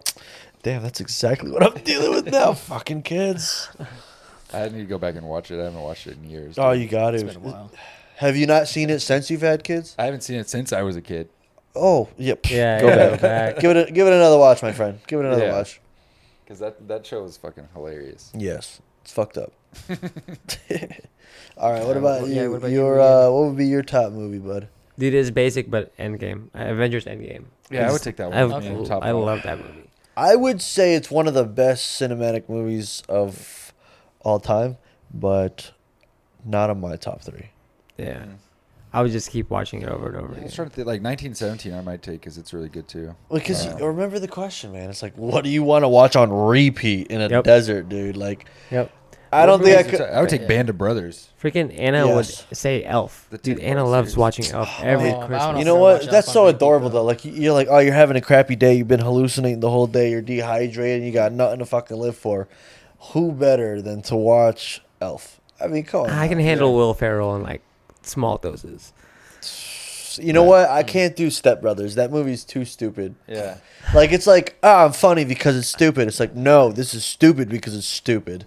C: damn, that's exactly what I'm dealing with
B: (laughs)
C: now, fucking kids.
B: I need to go back and watch it. I haven't watched it in years.
C: Oh,
B: dude.
C: you got
D: It's been
C: to.
D: a while.
C: Have you not seen it since you've had kids?
B: I haven't seen it since I was a kid.
C: Oh, yep.
A: Yeah,
C: Go
A: yeah,
C: back.
A: back.
C: (laughs) give it a, give it another watch, my friend. Give it another
B: Yeah.
C: watch.
B: Because because that that show was fucking hilarious.
C: Yes, it's fucked up. (laughs) All right, what
D: Yeah,
C: about
D: what-
C: you?
D: yeah, what about you,
C: your
D: Ian?
C: uh, what would be your top movie, bud?
A: Dude, it's basic, but Endgame, Uh, Avengers Endgame.
B: Yeah, I would take that
A: I,
B: one, yeah,
A: l-
B: top
A: I
B: one.
A: love that movie.
C: I would say it's one of the best cinematic movies of all time, but not on my top three.
A: Yeah,
B: Mm.
A: I would just keep watching it over and over
B: I was
A: again.
B: trying to think, like 1917. I might take because it's really good too. Uh,
C: Because
B: Wow.
C: remember the question, man. It's like, what do you want to watch on repeat in a
A: Yep.
C: desert, dude? Like,
A: Yep.
C: I don't
B: What
C: think I
B: movies would
C: could.
B: ta- I would take Band of Brothers.
A: Freaking Anna
C: Yes.
A: would say Elf.
B: The
A: Dude,
B: Tim
A: Anna
B: Burton
A: loves
B: series.
A: watching Elf every
D: Oh, I
A: Christmas.
D: don't
C: You know
D: know
C: what?
D: much
C: That's
D: else
C: so
D: on repeat,
C: adorable
D: though.
C: though. Like you- you're like, oh, you're having a crappy day. You've been hallucinating the whole day. You're dehydrated. You got nothing to fucking live for. Who better than to watch Elf? I mean, come on.
A: I can handle Will Ferrell in like small doses.
C: You know what? I can't do Step Brothers. That movie's too stupid.
B: Yeah,
C: Like it's like, oh, I'm funny because it's stupid. It's like, no, this is stupid because it's stupid.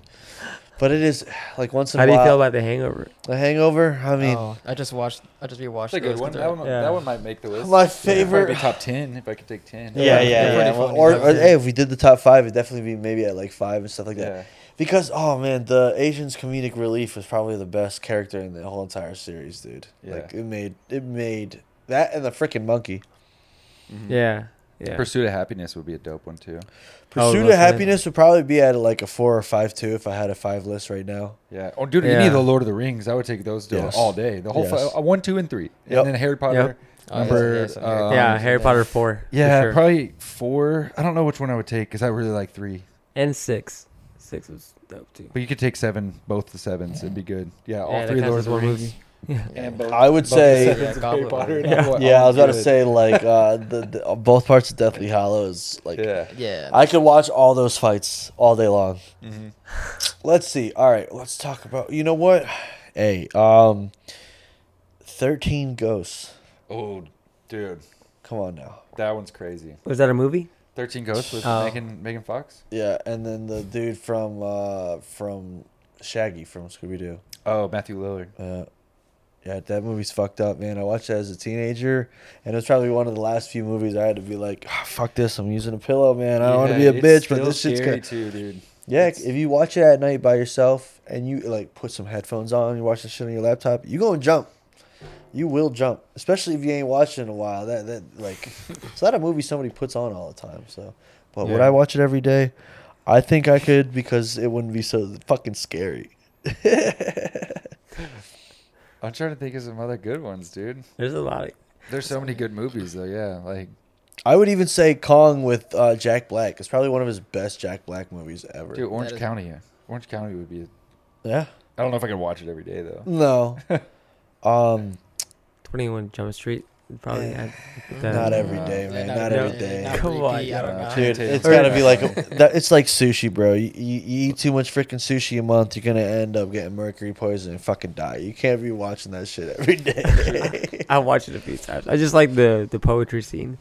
C: But it is like once in
A: How
C: a
A: do you
C: while.
A: feel about The Hangover?
C: the Hangover? I mean,
D: oh, I just watched. I just rewatched.
B: that's a good
D: those
B: one.
D: the
B: That one,
A: Yeah.
B: that one might make the list.
C: my
B: It'd probably
C: favorite.
B: be top ten if I could take ten.
C: Yeah, yeah, yeah.
D: Pretty
C: Well,
D: funny.
C: Or, or, hey, if we did the top five, it'd definitely be maybe at like five and stuff like that.
B: Yeah.
C: Because oh man, the Asian's comedic relief was probably the best character in the whole entire series, dude. Like
B: Yeah.
C: it made it made that and the freaking monkey.
B: Mm. Mm-hmm.
A: Yeah, yeah.
B: Pursuit of Happiness would be a dope one too.
A: Oh,
C: Pursuit
A: those
C: of Happiness would probably be at like a four or five two if I had a five list right now.
B: Yeah. Oh, dude,
A: Yeah.
B: any of the Lord of the Rings, I would take those two
C: Yes.
B: all day. The whole
C: Yes.
B: fi- uh, one, two, and three,
C: Yep.
B: and then Harry Potter.
D: Oh, yes,
B: Number,
D: yes, okay.
B: um,
A: yeah, Harry Potter four. for
B: Yeah,
A: sure.
B: probably four. I don't know which one I would take because I really like three.
A: and six. Six was dope too. (laughs)
B: But you could take seven, both the sevens. It'd be good. Yeah, all
A: Yeah, that
B: three
A: counts
B: Lord of
A: as
B: the
A: one
B: Rings.
A: movie. Yeah.
B: And both,
C: I would
B: both
C: say-
B: the sevens of
D: Yeah,
B: Harry
D: Goblet
B: Potter.
D: Lord.
B: and all-
C: yeah, I
B: all
C: was about to
B: good.
C: say like uh, the, the uh, both parts of Deathly Hollows. Like
B: Yeah.
D: Yeah.
C: I could watch all those fights all day long.
B: Mhm.
C: Let's see. All right, let's talk about. You know what? Hey, um, thirteen ghosts.
B: Oh, dude,
C: Come on now.
B: that one's crazy.
A: Was that a movie?
B: Thirteen Ghosts with
A: Oh.
B: Megan Megan Fox.
C: Yeah, and then the dude from uh from Shaggy from Scooby Doo.
B: Oh, Matthew Lillard.
C: Uh, yeah, that movie's fucked up, man. I watched that as a teenager, and it was probably one of the last few movies I had to be like, "Ah, "Fuck this! I'm using a pillow, man. I don't want to be
B: Yeah,
C: a bitch,
B: it's
C: but
B: still
C: this shit's
B: scary
C: good."
B: too, dude.
C: Yeah,
B: It's-
C: if you watch it at night by yourself and you like put some headphones on, you watch the shit on your laptop, you gonna jump. You will jump, especially if you ain't watched it in a while. That that
B: (laughs)
C: like, it's not a movie somebody puts on all the time. So, but would
B: Yeah.
C: I watch it every day? I think I could because it wouldn't be so fucking scary. (laughs)
B: I'm trying to think of some other good ones, dude.
A: There's a lot. Of,
B: There's so many good movies though. Yeah, like
C: I would even say Kong with uh, Jack Black. It's probably one of his best Jack Black movies ever.
B: dude, Orange
D: That is-
B: County. yeah. Orange County would be. (laughs)
C: Yeah.
B: I don't know if I can watch it every day though.
C: No. um,
A: Twenty One Jump Street. Probably.
C: Yeah.
A: had that.
C: Eh, not every
B: uh,
C: day,
D: Yeah,
C: man.
D: not
C: Not
A: every
C: every
A: day.
C: day.
D: Not
A: Come
D: repeat,
A: on,
D: I don't
B: yeah.
D: know.
C: Dude,
B: Potato.
C: it's gotta be like that, it's like sushi, bro. You, you, you eat too much freaking sushi a month, you're gonna end up getting mercury poisoning and fucking die. You can't be watching that shit every day.
A: I watched it a few times. I just like the the poetry scene.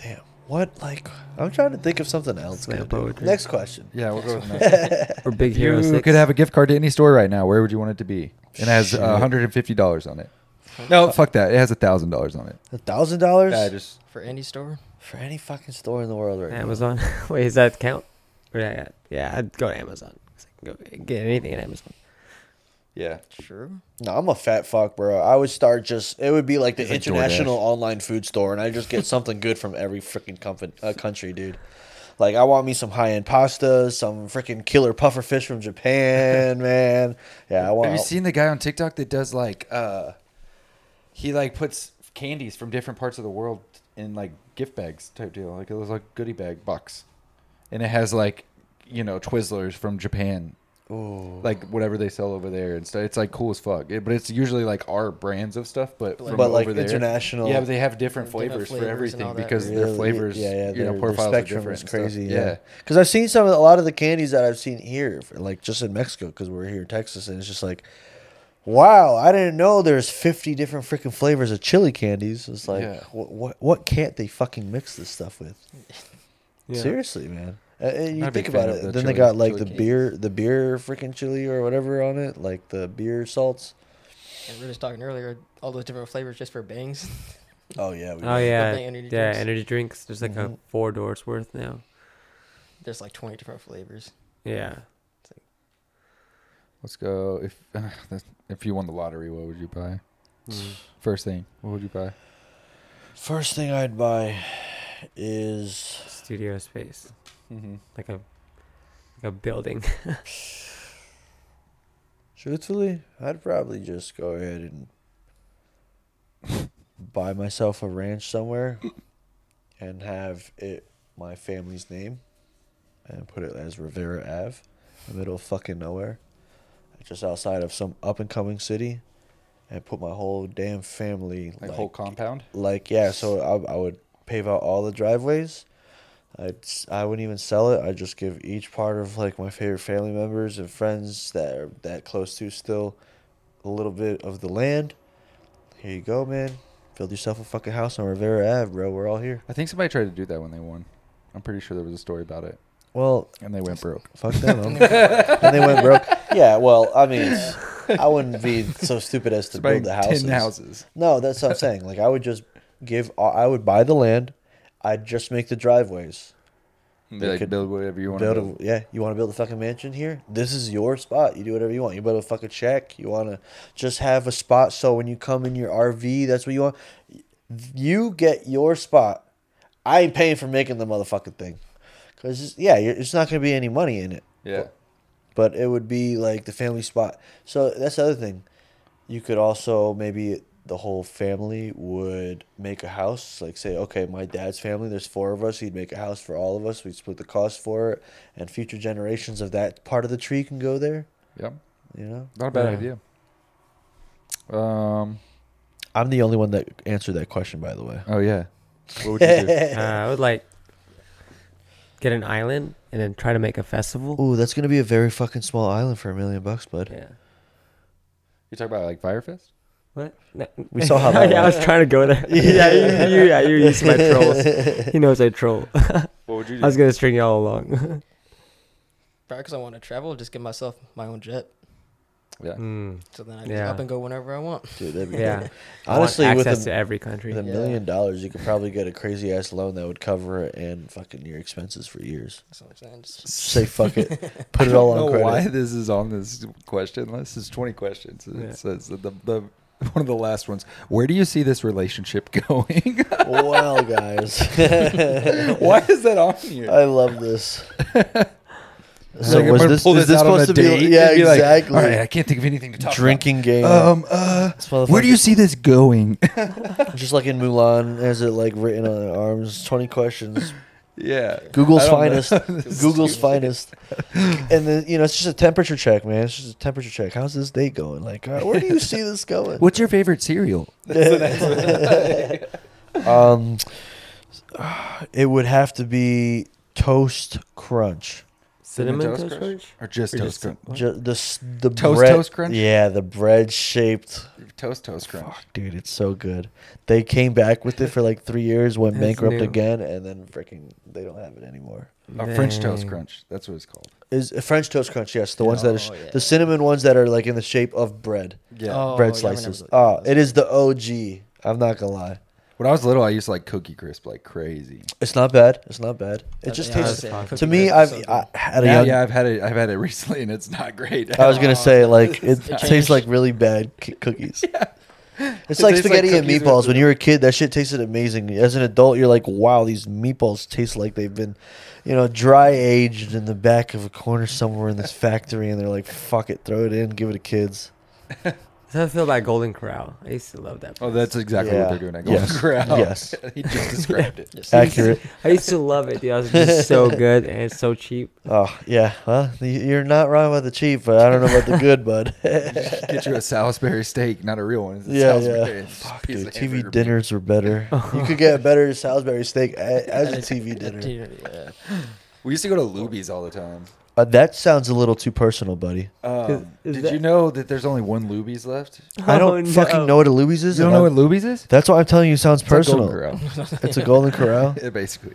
C: Damn, what? Like, I'm trying to think of something else.
A: Like
C: good,
A: a
C: dude.
A: poetry.
C: Next question.
B: Yeah, we'll go with that.
A: Or Big Hero
B: you
A: Six.
B: could have a gift card to any store right now. Where would you want it to be? It has
C: Shit.
B: uh, 150 dollars on it. No, fuck that. It has a thousand dollars on it.
C: A thousand dollars
B: Yeah, just
D: for indie store.
C: for any fucking store in the world right now.
A: Amazon. (laughs) Wait, is that count? Or Yeah, yeah, yeah, I'd go to Amazon. 'Cause I can go get anything at Amazon.
B: yeah.
D: True.
C: No, I'm a fat fuck, bro. I would start just. It would be like the
B: It's like
C: international
B: DoorDash.
C: online food store, and I
B: (laughs)
C: just get something good from every freaking comfort, uh, country, dude. Like I want me some high end pastas, some freaking killer puffer fish
B: (laughs)
C: from Japan, man. Yeah, I want.
B: Have you seen the guy on TikTok that does like uh he like puts candies from different parts of the world in like gift bags type deal. Like it was like goodie bag box. And it has like, you know, Twizzlers from Japan.
C: Ooh.
B: Like whatever they sell over there and stuff. It's like cool as fuck. It- but it's usually like our brands of stuff, but from
C: But, like,
B: over there.
C: international-
B: Yeah, but they have different
D: Different
B: flavors,
D: flavors
B: for
D: and
B: everything
D: all that.
B: because
C: Really?
B: their flavors,
C: yeah, yeah,
B: you know,
C: their-
B: profiles
C: their
B: are
C: spectrum
B: different.
C: is
B: and stuff.
C: crazy. Yeah, because I've seen some of a lot of the candies that I've seen here, for, like just in Mexico, because we're here in Texas, and it's just like, wow, I didn't know there's 50 different freaking flavors of chili candies. It's like,
B: Yeah.
C: what, what what can't they fucking mix this
B: (laughs)
C: stuff with?
A: Yeah.
C: Seriously, man. Uh,
B: Not
C: And you
B: a big
C: think about
B: fan of
C: it.
B: the
C: then they
B: chili-
C: got like the
B: chili
C: beer, the beer freaking chili or whatever on it, like the beer salts.
D: And we were just talking earlier, all those different flavors just for bangs. (laughs)
C: Oh yeah. We
A: Oh yeah,
D: energy
A: yeah.
D: drinks.
A: Energy drinks. There's like a
C: Mhm.
A: four doors worth now.
D: There's like 20 different flavors.
A: Yeah.
B: Let's go. If (laughs) that's- if you won the lottery, what would you buy? First thing, what would you buy?
C: First thing I'd buy is
A: Studio space,
B: Mm-hmm.
A: like a, like a building.
C: truthfully, I'd probably just go ahead and buy myself a ranch somewhere and have it my family's name and put it as Rivera Ave, in the middle of fucking nowhere, just outside of some up and coming city, and put my whole damn family
B: Like, whole compound.
C: like yeah so I, I would pave out all the driveways I'd, s- i wouldn't even sell it i'd just give each part of like my favorite family members and friends that are that close to still a little bit of the land here you go man build yourself a fucking house on rivera ave bro we're all here
B: I think somebody tried to do that when they won. I'm pretty sure there was a story about it,
C: well
B: and they went broke.
C: fuck them
B: (laughs)
C: huh? and they went broke yeah well i mean i wouldn't be so stupid as to
B: Somebody
C: build the
B: Ten houses.
C: No, that's what I'm saying. Like I would just give. I would buy the land. I'd just make the driveways.
B: They,
C: They
B: like
C: could
B: build whatever you want to
C: Build
B: build.
C: a, yeah, you want to build a fucking mansion here? This is your spot. You do whatever you want. You build a fucking shack. You want to just have a spot so when you come in your RV, that's what you want. You get your spot. I ain't paying for making the motherfucking thing. Because, yeah, you're, it's not going to be any money in it.
B: yeah.
C: but it would be like the family spot. So that's the other thing. You could also maybe the whole family would make a house. Like say, okay, my dad's family. There's four of us. He'd make a house for all of us. We'd split the cost for it, and future generations of that part of the tree can go there.
B: Yep.
C: You know,
B: Not a bad
A: Yeah.
B: idea. Um.
C: I'm the only one that answered that question, by the way.
B: Oh yeah. What would you
A: (laughs)
B: do?
A: uh, I would like get an island and then try to make a festival.
C: Ooh, that's gonna be a very fucking small island for a million bucks, bud.
A: Yeah.
B: You talk about like Firefest.
A: What? No.
C: We saw how that
A: (laughs) yeah, I
C: went.
A: was trying to go there. yeah, (laughs) you, you, yeah, you're used to my trolls. He knows I troll.
B: What would you do?
A: I was gonna string y'all along. (laughs)
D: Probably because I want to travel, just give myself my own jet.
B: yeah.
A: Mm,
D: So then I can
A: Yeah.
D: up and go whenever I want.
C: Dude, that'd be
A: yeah.
C: Honestly,
A: I want
C: with
A: access
C: a-
A: to every country.
C: With a
D: Yeah.
C: million dollars, you could probably get a crazy ass loan that would cover it and fucking your expenses for years.
D: That's what I'm saying. Just,
C: Say
B: (laughs)
C: fuck it, put it all
B: I
C: on
B: don't know
C: credit.
B: why this is on this question list. It's 20 questions. It
A: Yeah.
B: says that the, the (laughs) one of the last ones. Where do you see this relationship (laughs) going?
C: well, guys,
B: (laughs) Why is that on here?
C: I love this.
B: It's
C: Uh,
B: like I'm gonna pull this out on a date
C: Yeah,
B: and be like,
C: exactly.
B: All right, I can't think of anything to talk
C: Drinking game.
B: about. Um, uh,
C: This
B: where do you
C: motherfucker-
B: see this going? (laughs)
C: Just like in Mulan, has it like written on their arms?
B: (laughs)
C: Twenty questions.
B: yeah,
C: Google's
B: I don't know. (laughs)
C: finest. Google's finest. And then you know, it's just a temperature check, man. It's just a temperature check. How's this date going? Like, uh, where do you see this going?
B: What's your favorite cereal?
C: (laughs) Um, it would have to be toast crunch.
A: Cinnamon
B: Toast
A: toast,
B: Crunch?
A: crunch?
B: Or just
A: Or
B: toast
A: just-
B: crunch?
C: Ju- the s- the
B: Toast
C: bread,
B: Toast Crunch?
C: Yeah, the bread shaped.
B: Toast toast crunch.
C: Fuck, dude, it's so good. They came back with it for like three years, went
A: That's
C: bankrupt
A: new.
C: again, and then freaking they don't have it anymore.
B: Uh, French toast
A: Dang.
B: crunch. That's what it's called.
C: Is uh, French toast crunch? Yes, the ones that are sh-
D: Oh, yeah.
C: the cinnamon ones that are like in the shape of bread,
B: Yeah.
D: Oh, yeah, I
C: bread
D: remember
C: slices.
D: those.
C: Oh, it is the OG. I'm not gonna lie.
B: When I was little, I used to like Cookie Crisp like crazy.
C: It's not bad. It's not bad. It
D: That's
C: just
D: what I was
C: tastes.
D: saying.
A: fine.
D: Cookie
C: To me, I've
D: crisp is so
C: I,
D: good.
C: at a
B: Now,
C: young
B: yeah, I've had it. I've had it (laughs) recently, and it's not great.
C: I was gonna
B: (laughs)
C: say like it
D: not-
C: tastes like really bad c- cookies. It's
B: It
C: like
B: tastes like
C: spaghetti and
B: cookies with
C: meatballs.
B: the-
C: When you were a kid, that shit tasted amazing. As an adult, you're like, wow, these meatballs taste like they've been, you know, dry aged in the back of a corner somewhere in this factory, and they're like, fuck it, throw it in, give it
B: (laughs)
C: to kids.
A: That's how I feel about Golden Corral. I used to love that.
B: Oh, that's exactly
C: Yeah.
B: what they're doing at Golden (laughs)
C: Yes.
B: Corral.
C: Yes.
B: he just described
C: (laughs)
B: it.
D: just- (laughs)
C: Accurate.
A: I used to love it, dude. It was just so good and it's so cheap.
C: oh yeah, well, y- you're not wrong about the cheap, but I don't know about the good, bud. (laughs)
B: Get you a Salisbury steak, not a real one. It's a
C: Yeah,
B: Salisbury.
C: yeah.
B: It's just a (laughs)
C: Fuck,
B: piece
C: dude,
B: of
C: TV
B: hamburger.
C: dinners
B: (laughs)
C: were better. you could get a better Salisbury steak a- as a TV
D: Yeah,
C: dinner.
D: dude, yeah.
B: We used to go to Luby's all the time.
C: Uh, that sounds a little too personal, buddy.
B: Um,
A: is
B: did
A: that-
B: you know that there's only one Luby's left?
C: I don't
A: Oh,
C: fucking
A: no. (laughs)
C: know what a Luby's is.
B: You don't
C: and
B: know
C: I-
B: what Luby's is?
C: That's what I'm telling you. Sounds personal.
B: It's
C: (laughs) it's a Golden Corral.
B: (laughs) yeah, basically.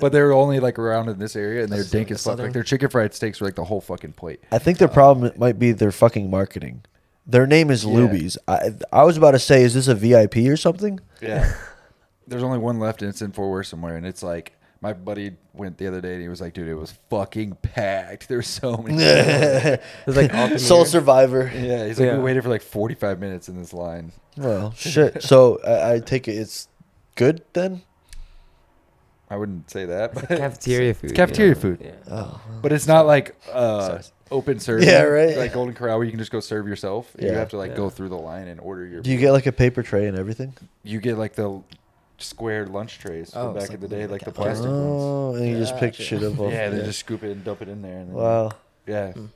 B: But they're only like around in this area, and they're
D: This is like
B: dank
D: the
B: as fuck. Like
D: southern-
B: their chicken fried steaks were like the whole fucking plate.
C: I think their problem might be their fucking marketing. Their name is
B: Yeah.
C: Luby's. I I was about to say, is this a VIP or something?
B: (laughs) Yeah. there's only one left, and it's in Fort Worth somewhere, and it's like My buddy went the other day and he was like, "Dude, it was fucking packed. (laughs) There's so many." people."
C: (laughs) it
A: was like Ultimate.
C: Soul Survivor.
B: yeah, he's like,
A: Yeah.
B: "We waited for like 45 minutes in this line."
C: Well, shit. So I, I take it it's good then.
B: I wouldn't say that, but (laughs)
A: cafeteria food.
B: cafeteria food.
A: Yeah.
C: Oh,
B: But it's not like uh,
C: (laughs)
B: open service.
C: Yeah, right.
B: Like Golden Corral, where you can just go serve yourself. You
C: Yeah.
B: have to like go
A: Yeah.
B: through the line and order your.
C: do you get like a paper tray and everything?
B: you get like the safety lunch trays
D: Oh,
B: from
D: it's
B: back in
D: like
B: the day,
D: little
B: like the
D: cafeteria.
B: plastic ones.
C: Oh, and you just pick
D: Gotcha.
C: shit up. off-
B: Yeah, they just scoop it and dump it in there. And then,
C: Wow.
B: Yeah.
D: Mm.
A: Are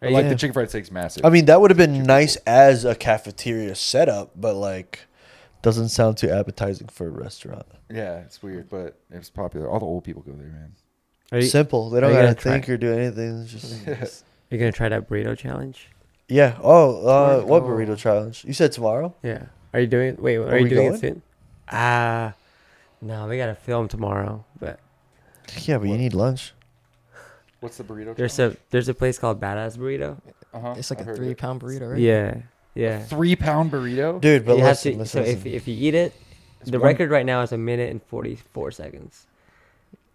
B: But, like
A: you-
B: the chicken fried steak's massive.
C: I mean, that would have been nice as a cafeteria setup, but like, doesn't sound too appetizing for a restaurant.
B: yeah, it's weird, but it's popular. All the old people go there, man.
A: Are you,
C: Simple. They don't
A: are you
C: gotta
A: gonna try-
C: think or do anything. It's
B: (laughs)
C: just
A: you gonna try that burrito challenge?
C: yeah. Oh, uh,
D: Tomorrow.
C: what burrito challenge? You said tomorrow.
A: Yeah. Are you doing it? Wait, are,
C: Are
A: you
C: we
A: doing
C: going?
A: it soon? Ah, no, we gotta film tomorrow. But
C: Yeah, but you
B: What?
C: need lunch.
B: What's the burrito?
A: there's a there's a place called Badass Burrito.
B: uh
D: It's like a three pound burrito, right?
A: Yeah, yeah.
B: Three pound burrito.
C: Dude, but
A: you have
C: listen,
A: to,
C: listen,
A: so
C: listen.
A: if if you eat it,
B: It's
A: the
B: one-
A: record right now is a minute and forty four seconds.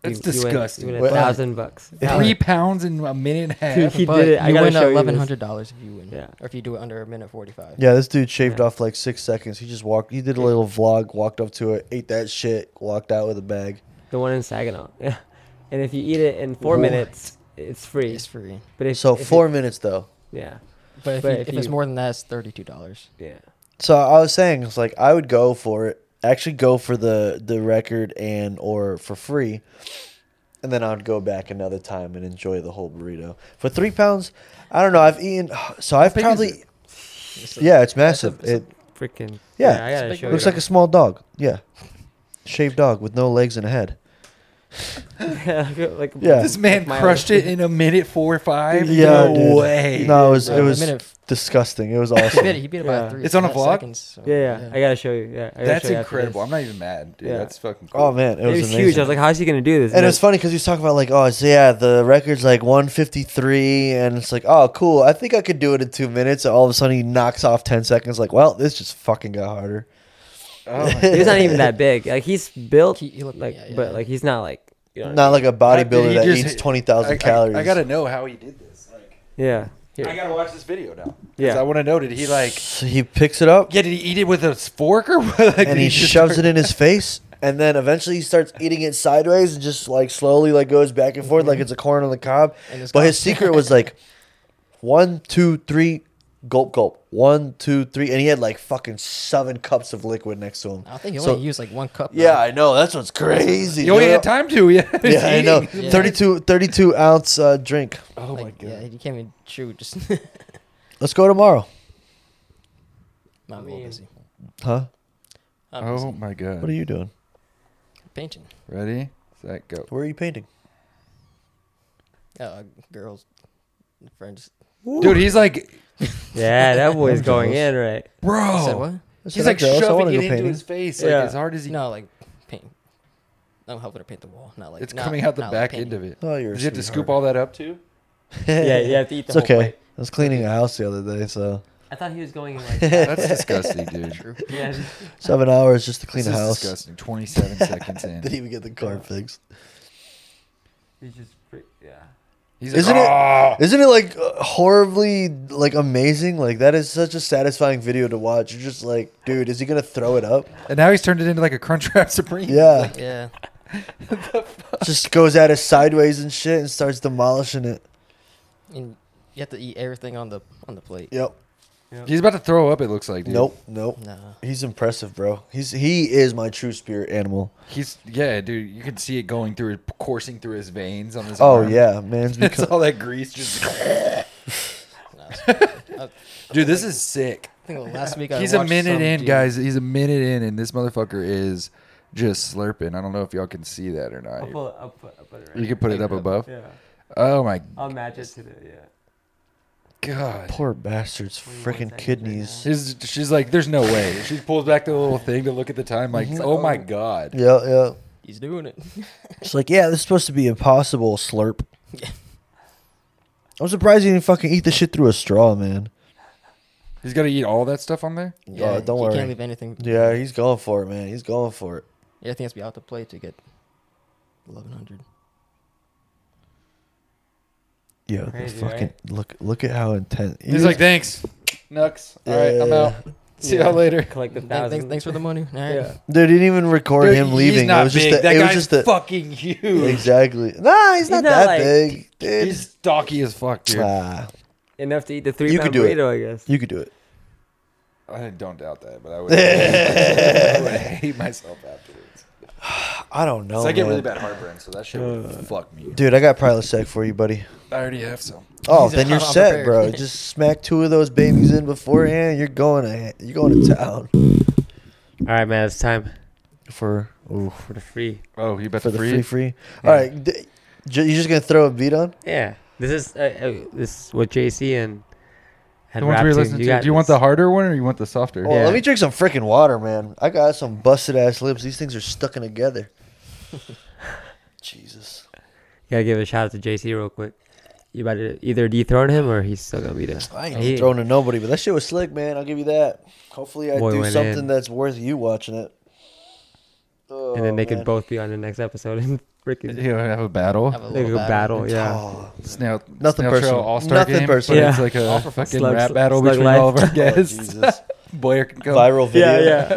B: That's
A: You- you win-
B: disgusting.
A: You win,
C: Well,
A: a thousand bucks.
B: Three pounds in a minute and a half.
A: Dude, he
D: But
A: did it. I
D: you
A: gotta
D: win
A: show you
D: eleven
A: this.
D: hundred dollars if you win.
A: Yeah.
D: Or if you do it under a minute forty five.
C: Yeah, this dude shaved
A: Yeah.
C: off like six seconds. He just walked. He did a
A: Yeah.
C: little vlog, walked up to it, ate that shit, walked out with a bag.
A: The one in Saginaw. (laughs) Yeah. And if you eat it in four
C: What?
A: minutes, it's free.
D: It's free.
A: But if,
C: So
A: if
C: four
A: It,
C: minutes though.
A: yeah.
D: But if,
A: But
D: you,
A: if
D: if it's
A: you-
D: more than that, it's thirty two dollars.
A: Yeah.
C: So I was saying, it's like I would go for it. Actually, go for the the record and or for free, and then I'd go back another time and enjoy the whole burrito for three pounds. I don't know. I've eaten so I've
B: big is
C: probably
B: it?
C: yeah, it's massive.
A: it's a-
C: it
A: Freaking.
C: Yeah,
A: I
C: it's
A: gotta
D: big
A: show
D: burrito.
A: you.
C: looks like
A: (laughs)
C: a small dog. Yeah, shaved dog with no legs and a head.
A: like, like
C: Yeah.
B: This man
A: my-
B: crushed
A: (laughs)
B: it in a minute four or five.
C: Yeah,
B: no
C: dude.
B: way.
C: No, it was it
D: Uh,
C: was
D: a minute.
C: disgusting. It was
D: He beat it.
C: awesome.
D: He beat it
A: Yeah.
D: by three.
B: It's on a
D: uh,
B: vlog?
D: Seconds, so,
A: Yeah, yeah, I gotta show you. Yeah, I gotta
B: That's
A: show you after
B: incredible.
A: this.
B: I'm not even mad, dude.
A: Yeah.
B: That's fucking. Cool.
C: Oh man, it
A: It was,
C: was,
A: huge. I was
C: amazing.
A: like, "How's he gonna do this?"
C: And
A: then-
C: it's funny because he was talking about like, oh, so yeah, the record's like 153, and it's like, oh, cool. I think I could do it in two minutes. And all of a sudden, he knocks off 10 seconds. Like, well, this just fucking got harder.
B: Oh my
A: He's not
C: (laughs)
A: even that big. Like he's built,
D: He- he looked-
A: like,
D: yeah, yeah,
A: but
D: yeah.
A: like he's not like, you know what I
C: Not like a bodybuilder
B: He
C: that
B: just-
C: eats
B: I-
C: 20,000
B: I-
C: calories.
B: I, gotta know how he did this. Like,
A: mean? yeah. Here.
B: I gotta watch this video now. 'Cause
A: Yeah.
B: I want to know. Did he like?
C: So he picks it up
B: Yeah, did he eat it with a fork or (laughs) what? Like,
C: and he shoves it in his face, and then eventually he starts eating it sideways and just like slowly like goes back and forth like it's a corn on the cob.
D: And it's
C: But
D: gone.
C: his secret was like one, two, three, gulp, gulp. One, two, three, and he had like fucking seven cups of liquid next to him.
D: I think he
C: So-
D: only used like one cup.
C: Yeah, I know. That's what's
B: (laughs)
C: crazy.
B: You only
C: dude.
B: had time to. Yeah,
C: (laughs) Yeah, I know.
D: Yeah.
C: 32, 32 ounce uh, drink.
B: Oh
D: though.
B: my
D: Like,
B: god.
D: Yeah, he can't even chew. Just (laughs)
C: Let's go tomorrow,
D: not real busy.
C: huh?
D: I'm
B: Oh
D: busy.
B: my god.
C: What are you doing?
D: painting.
B: Ready? Set, go.
C: Where are you painting?
D: Uh, girls, friends.
B: Dude, he's like,
A: Yeah,
B: (laughs)
A: that boy's going in right.
B: bro.
D: Said what?
B: He's like
C: girls, I
B: shoving
C: wanna go
B: it into
C: painting. (laughs)
B: his face,
A: Yeah.
B: like as hard as Oh. he.
D: No, like paint. I'm helping to paint the wall. Not like
B: it's
D: not-
B: coming out the
D: not, like,
B: back end
D: painting.
B: of it.
C: Oh, you're. a
B: Did you have to scoop
C: sweetheart.
B: all that up
C: (laughs)
B: too?
A: Yeah, you have to eat the
C: It's
A: whole
C: okay.
A: plate.
C: I was cleaning a house the other day, so
A: I thought he was going
B: (laughs)
A: in like. (laughs)
B: That's disgusting, dude.
A: yeah,
C: (laughs) seven hours just to clean
B: This
C: a
B: is
C: house.
B: disgusting. Twenty-seven
C: (laughs)
B: seconds
C: Didn't
B: in,
C: even get the car fixed.
A: he's just. Free, yeah.
B: he's
C: Isn't it-
B: "Ah."
C: Isn't it like uh, horribly like amazing? Like that is such a satisfying video to watch. You're just like, dude, is he gonna throw
B: (laughs)
C: it up?
B: And now he's turned it into like a Crunchwrap (laughs) Supreme.
C: Yeah,
D: Yeah.
C: just goes at it sideways and shit and starts demolishing it.
D: And you have to eat everything on the on the plate.
C: Yep.
B: He's about to throw up. It looks like. Dude.
C: Nope. Nope.
D: Nah.
C: He's impressive, bro. He's he is my true spirit animal.
B: He's yeah, dude. You can see it going through, coursing through his veins on his.
C: Oh
B: arm.
C: yeah, man's
B: (laughs) it's
C: become
B: all that grease.
C: (laughs)
B: Just (laughs)
D: nah it's- I,
B: dude, this is sick. (laughs)
D: I think last week I
B: He's a
D: watched
B: minute
D: some
B: in,
D: dude-
B: guys. He's a minute in, and this motherfucker is just slurping. I don't know if y'all can see that or
A: I'll
B: not.
A: pull it. I'll put, I'll put it right.
B: You can put it up above.
A: Yeah,
B: Oh my
A: I'll match it to the yeah.
B: god.
C: poor bastard's
A: 21
C: freaking
A: seconds
C: kidneys.
B: She's, she's like, there's no way. She pulls back the little thing to look at the time, like, oh my god.
C: Yeah, yeah.
D: He's doing
B: Oh,
D: it.
C: It's like, yeah, this is supposed to be impossible, slurp.
D: Yeah.
C: I'm surprised you didn't fucking eat the shit through a straw, man.
B: He's gonna eat all that stuff on there.
C: Yeah, don't
D: he
C: worry.
D: Can't leave anything.
C: Yeah, he's going for it, man. He's going for it.
D: Everything has to be out the plate to get eleven hundred.
C: Yo, the
A: Crazy,
C: fucking
A: right?
C: look look at how intense.
B: He's like, thanks, Nux. All right, I'm out. See y'all later.
A: Collect the
D: Thanks,
A: thousand. (laughs)
D: thanks for the money. All right.
A: Yeah.
C: They didn't even record
B: Dude,
C: him
B: he's
C: leaving.
B: not
C: it was just
B: big.
C: the,
B: that
C: it was
B: guy's
C: just the
B: fucking huge.
C: exactly. Nah, he's not
A: not
C: that
A: like-
C: big. dude.
B: He's stocky as fuck, dude.
C: Ah,
A: Enough to eat the three
C: You
A: you
C: could do it.
A: burrito, I guess.
C: you could do it.
B: I don't doubt that, but I would, I would hate myself afterwards.
C: I don't know.
B: 'Cause I get really
C: Oh, man.
B: bad heartburn, so that shit would fuck me.
C: Dude, I got Prilosec for you, buddy.
B: I already have some.
C: Oh,
D: He's
C: then you're
D: all
C: set, bro.
D: prepared.
C: Just smack two of those babies in beforehand. You're going to you're going to town
A: All right, man, it's time
C: for ooh,
A: for the free.
B: Oh, you bet
C: for the free free.
B: Yeah.
C: All right, d- j- you just gonna throw a beat on?
A: Yeah, this is uh, uh, this is what JC and had
B: The ones
A: rap
B: we were
A: to.
B: listening to.
A: got
B: Do you want
A: this.
B: the harder one or you want the softer?
C: Well,
A: Yeah.
C: let me drink some freaking water, man. I got some busted ass lips. These things are stuck
A: (laughs)
C: in together. Jesus.
A: Gotta give a shout out to JC real quick. You about to either dethrone him or he's still gonna be there.
C: I ain't
A: He-
C: thrown to nobody, but that shit was slick, man. I'll give you that. Hopefully, I
A: Boy
C: do
A: went
C: something
A: in.
C: that's worth you watching it. Oh,
A: and then they
C: man.
A: could both be on the next episode and (laughs) freaking
B: You have a battle.
D: Have a
A: they
D: little
A: could
D: battle.
A: battle. Yeah, (laughs)
C: Oh,
B: snail,
C: Nothing
B: snail
C: personal.
B: All Star
C: Nothing
B: game,
C: personal.
B: but It's
A: Yeah.
B: like
A: All
B: a
A: for
B: fucking
A: slug-
B: rap battle
A: slug
B: between
A: life.
B: all of our
A: Oh,
C: (laughs) oh,
A: (laughs)
B: guests.
C: Jesus.
B: Boy, or can go.
C: Viral video.
A: yeah,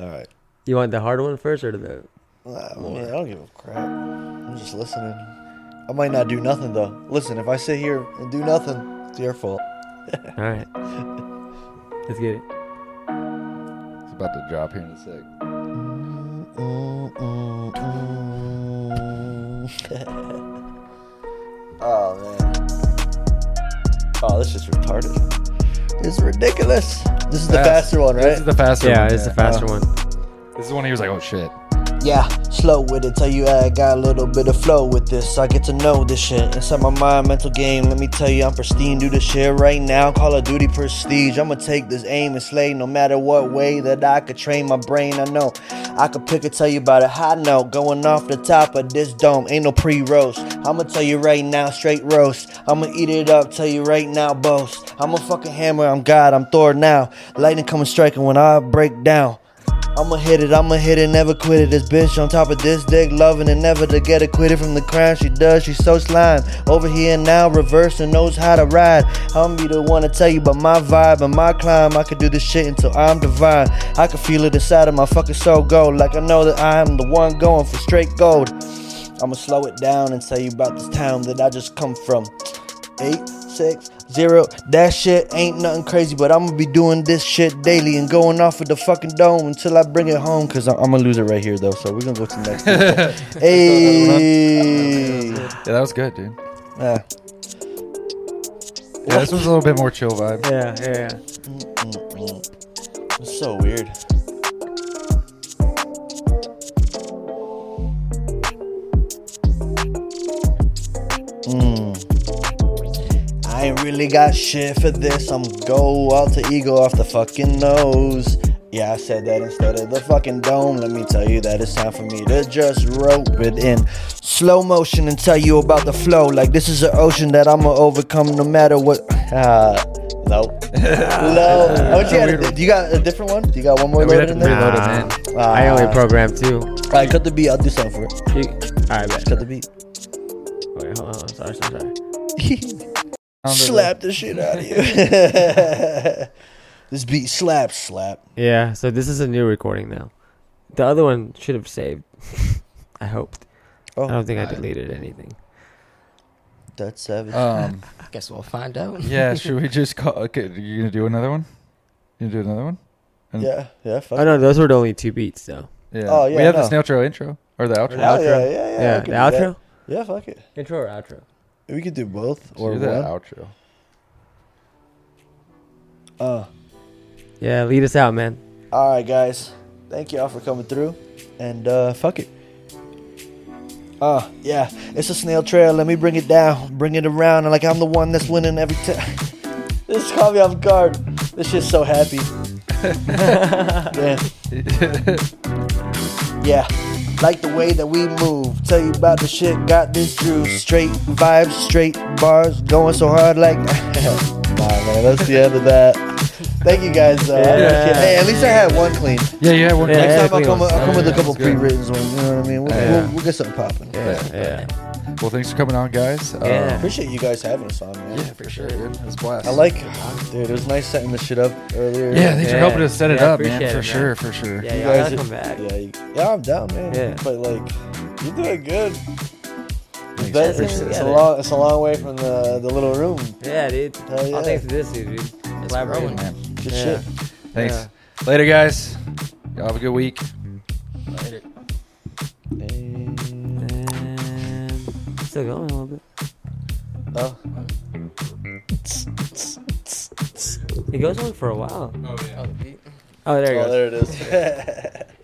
A: yeah.
C: All right.
A: you want the hard one first or the?
C: Ah, man, I don't give a crap. I'm just listening. I might not do nothing though. Listen, if I sit here and do nothing, it's your fault. (laughs)
A: All right, let's get it.
B: It's about to drop here in a sec.
C: oh man. Oh, this is retarded. It's ridiculous. This is the
B: Fast.
C: faster one, right?
B: This is the faster
A: Yeah,
B: one.
A: it's the faster one.
B: This is one he was like, oh shit.
C: Yeah, slow with it. Tell you I got a little bit of flow with this. I get to know this shit inside my mind, mental game. Let me tell you, I'm pristine. Do this shit right now. Call of Duty prestige. I'ma take this aim and slay. No matter what way that I could train my brain, I know I could pick and tell you about a high note going off the top of this dome. Ain't no pre-roast. I'ma tell you right now, straight roast. I'ma eat it up. Tell you right now, boast. I'm a fucking hammer. I'm God. I'm Thor now. Lightning coming striking when I break down. I'ma hit it, I'ma hit it, never quit it. This bitch on top of this dick, loving it, never to get acquitted from the crime she does. She's so slime. Over here now, reverse and knows how to ride. I'm be the one to tell you about my vibe and my climb. I could do this shit until I'm divine. I can feel it inside of my fucking soul gold. Like I know that I am the one going for straight gold. I'ma slow it down and tell you about this town that I just come from eight, six, zero. That shit ain't nothing crazy, but I'm gonna be doing this shit daily and going off of the fucking dome until I bring it home. Cause I'm, gonna lose it right here though, so we're gonna go to the
B: (laughs)
C: next. one. hey,
B: Yeah, that was good, dude.
C: Yeah.
B: Yeah, this was a little bit more chill vibe.
A: Yeah, yeah, yeah.
C: Mm, it's so weird. Mm. I ain't really got shit for this. I'm go out to ego off the fucking nose. Yeah, I said that instead of the fucking dome. Let me tell you that it's time for me to just rope it in slow motion and tell you about the flow. Like this is an ocean that I'ma overcome no matter what. (laughs) Ah, no,
A: (laughs)
C: no. Oh, you, had a- you got a different one? You got one more
B: Yeah, we'd
C: loaded
B: have
C: in
B: to
C: there?
B: reload it,
A: Nah.
B: man.
A: I only
C: Ah.
A: programmed two.
C: All right, cut the beat. I'll do something for it.
A: You- All right, bet.
C: Just cut the beat.
A: Wait, hold on. Sorry, sorry, sorry.
C: (laughs) slap the shit out of you. this beat slap slap.
A: Yeah, so this is a new recording now. The other one should have saved. (laughs) I hoped.
C: Oh.
A: I don't think I deleted anything.
C: That's savage.
B: Um,
D: Guess we'll find
B: (laughs)
D: out.
B: yeah, should we just call? Okay, you gonna do another one? You gonna do another one? and-
C: yeah, yeah, fuck.
A: Oh no, those were the only two beats though.
B: Yeah.
C: Oh, yeah,
B: We have
C: no.
B: the snail trail intro or the outro.
A: the
C: Oh, yeah,
A: outro.
C: yeah, yeah.
A: Yeah,
C: we
A: the
C: could do that.
A: outro,
C: Yeah, fuck it.
A: intro or outro.
C: We could do both or
B: do
C: one.
B: the outro.
C: Uh,
A: Yeah, lead us out, man.
C: all right, guys. Thank y'all for coming through, and uh, fuck it. Uh, yeah, it's a snail trail. Let me bring it down, bring it around, like I'm the one that's winning every time. (laughs) this caught me off guard. This shit's so happy. (laughs) yeah. Yeah, like the way that we move. Tell you about the shit, got this groove. Straight vibes, (laughs) straight bars, going so hard like. nah, man, that's the end of that. Thank you guys. though. I
A: Yeah.
C: appreciate it. Hey, at least I had one clean.
B: Yeah, yeah. One,
A: Yeah.
B: yeah.
C: Next time I'll
A: clean
C: come,
A: one.
C: I'll come with a
B: Yeah,
C: couple
B: that's good.
C: pre-written ones. You know what I mean? We'll,
B: Yeah.
C: we'll, we'll get something popping.
A: Yeah.
B: Well, thanks for coming on, guys. Um,
A: Yeah.
C: Appreciate you guys having us on, man.
B: yeah, for sure, dude. It was a blast.
C: I like, dude. It was nice setting this shit up earlier.
B: Yeah, thanks for
A: Yeah.
B: helping us set it
A: Yeah, I
B: up, man.
A: appreciate
B: For
A: it,
B: sure,
A: man.
B: for sure.
A: Yeah,
C: You
A: y'all gotta
C: guys-
A: come back.
C: Yeah, you, yeah, I'm down, man.
A: Yeah.
C: But like, you're doing good.
B: Thanks,
C: That-
A: for
C: it's,
A: appreciate
C: it's
A: it.
C: a long, it's a long way from the the little room.
A: Yeah, dude.
C: Hell yeah.
A: All thanks to this dude, dude. Collaborating.
D: growing.
B: man.
C: Good
A: Yeah.
C: shit.
B: Thanks. Later, guys. Y'all have a good week.
D: Later.
C: And-
A: And still going a little bit.
C: oh,
A: It goes on for a while.
B: Oh, yeah.
D: Oh, the beat.
A: Oh, there you go. (laughs)
C: oh, there it is. (laughs)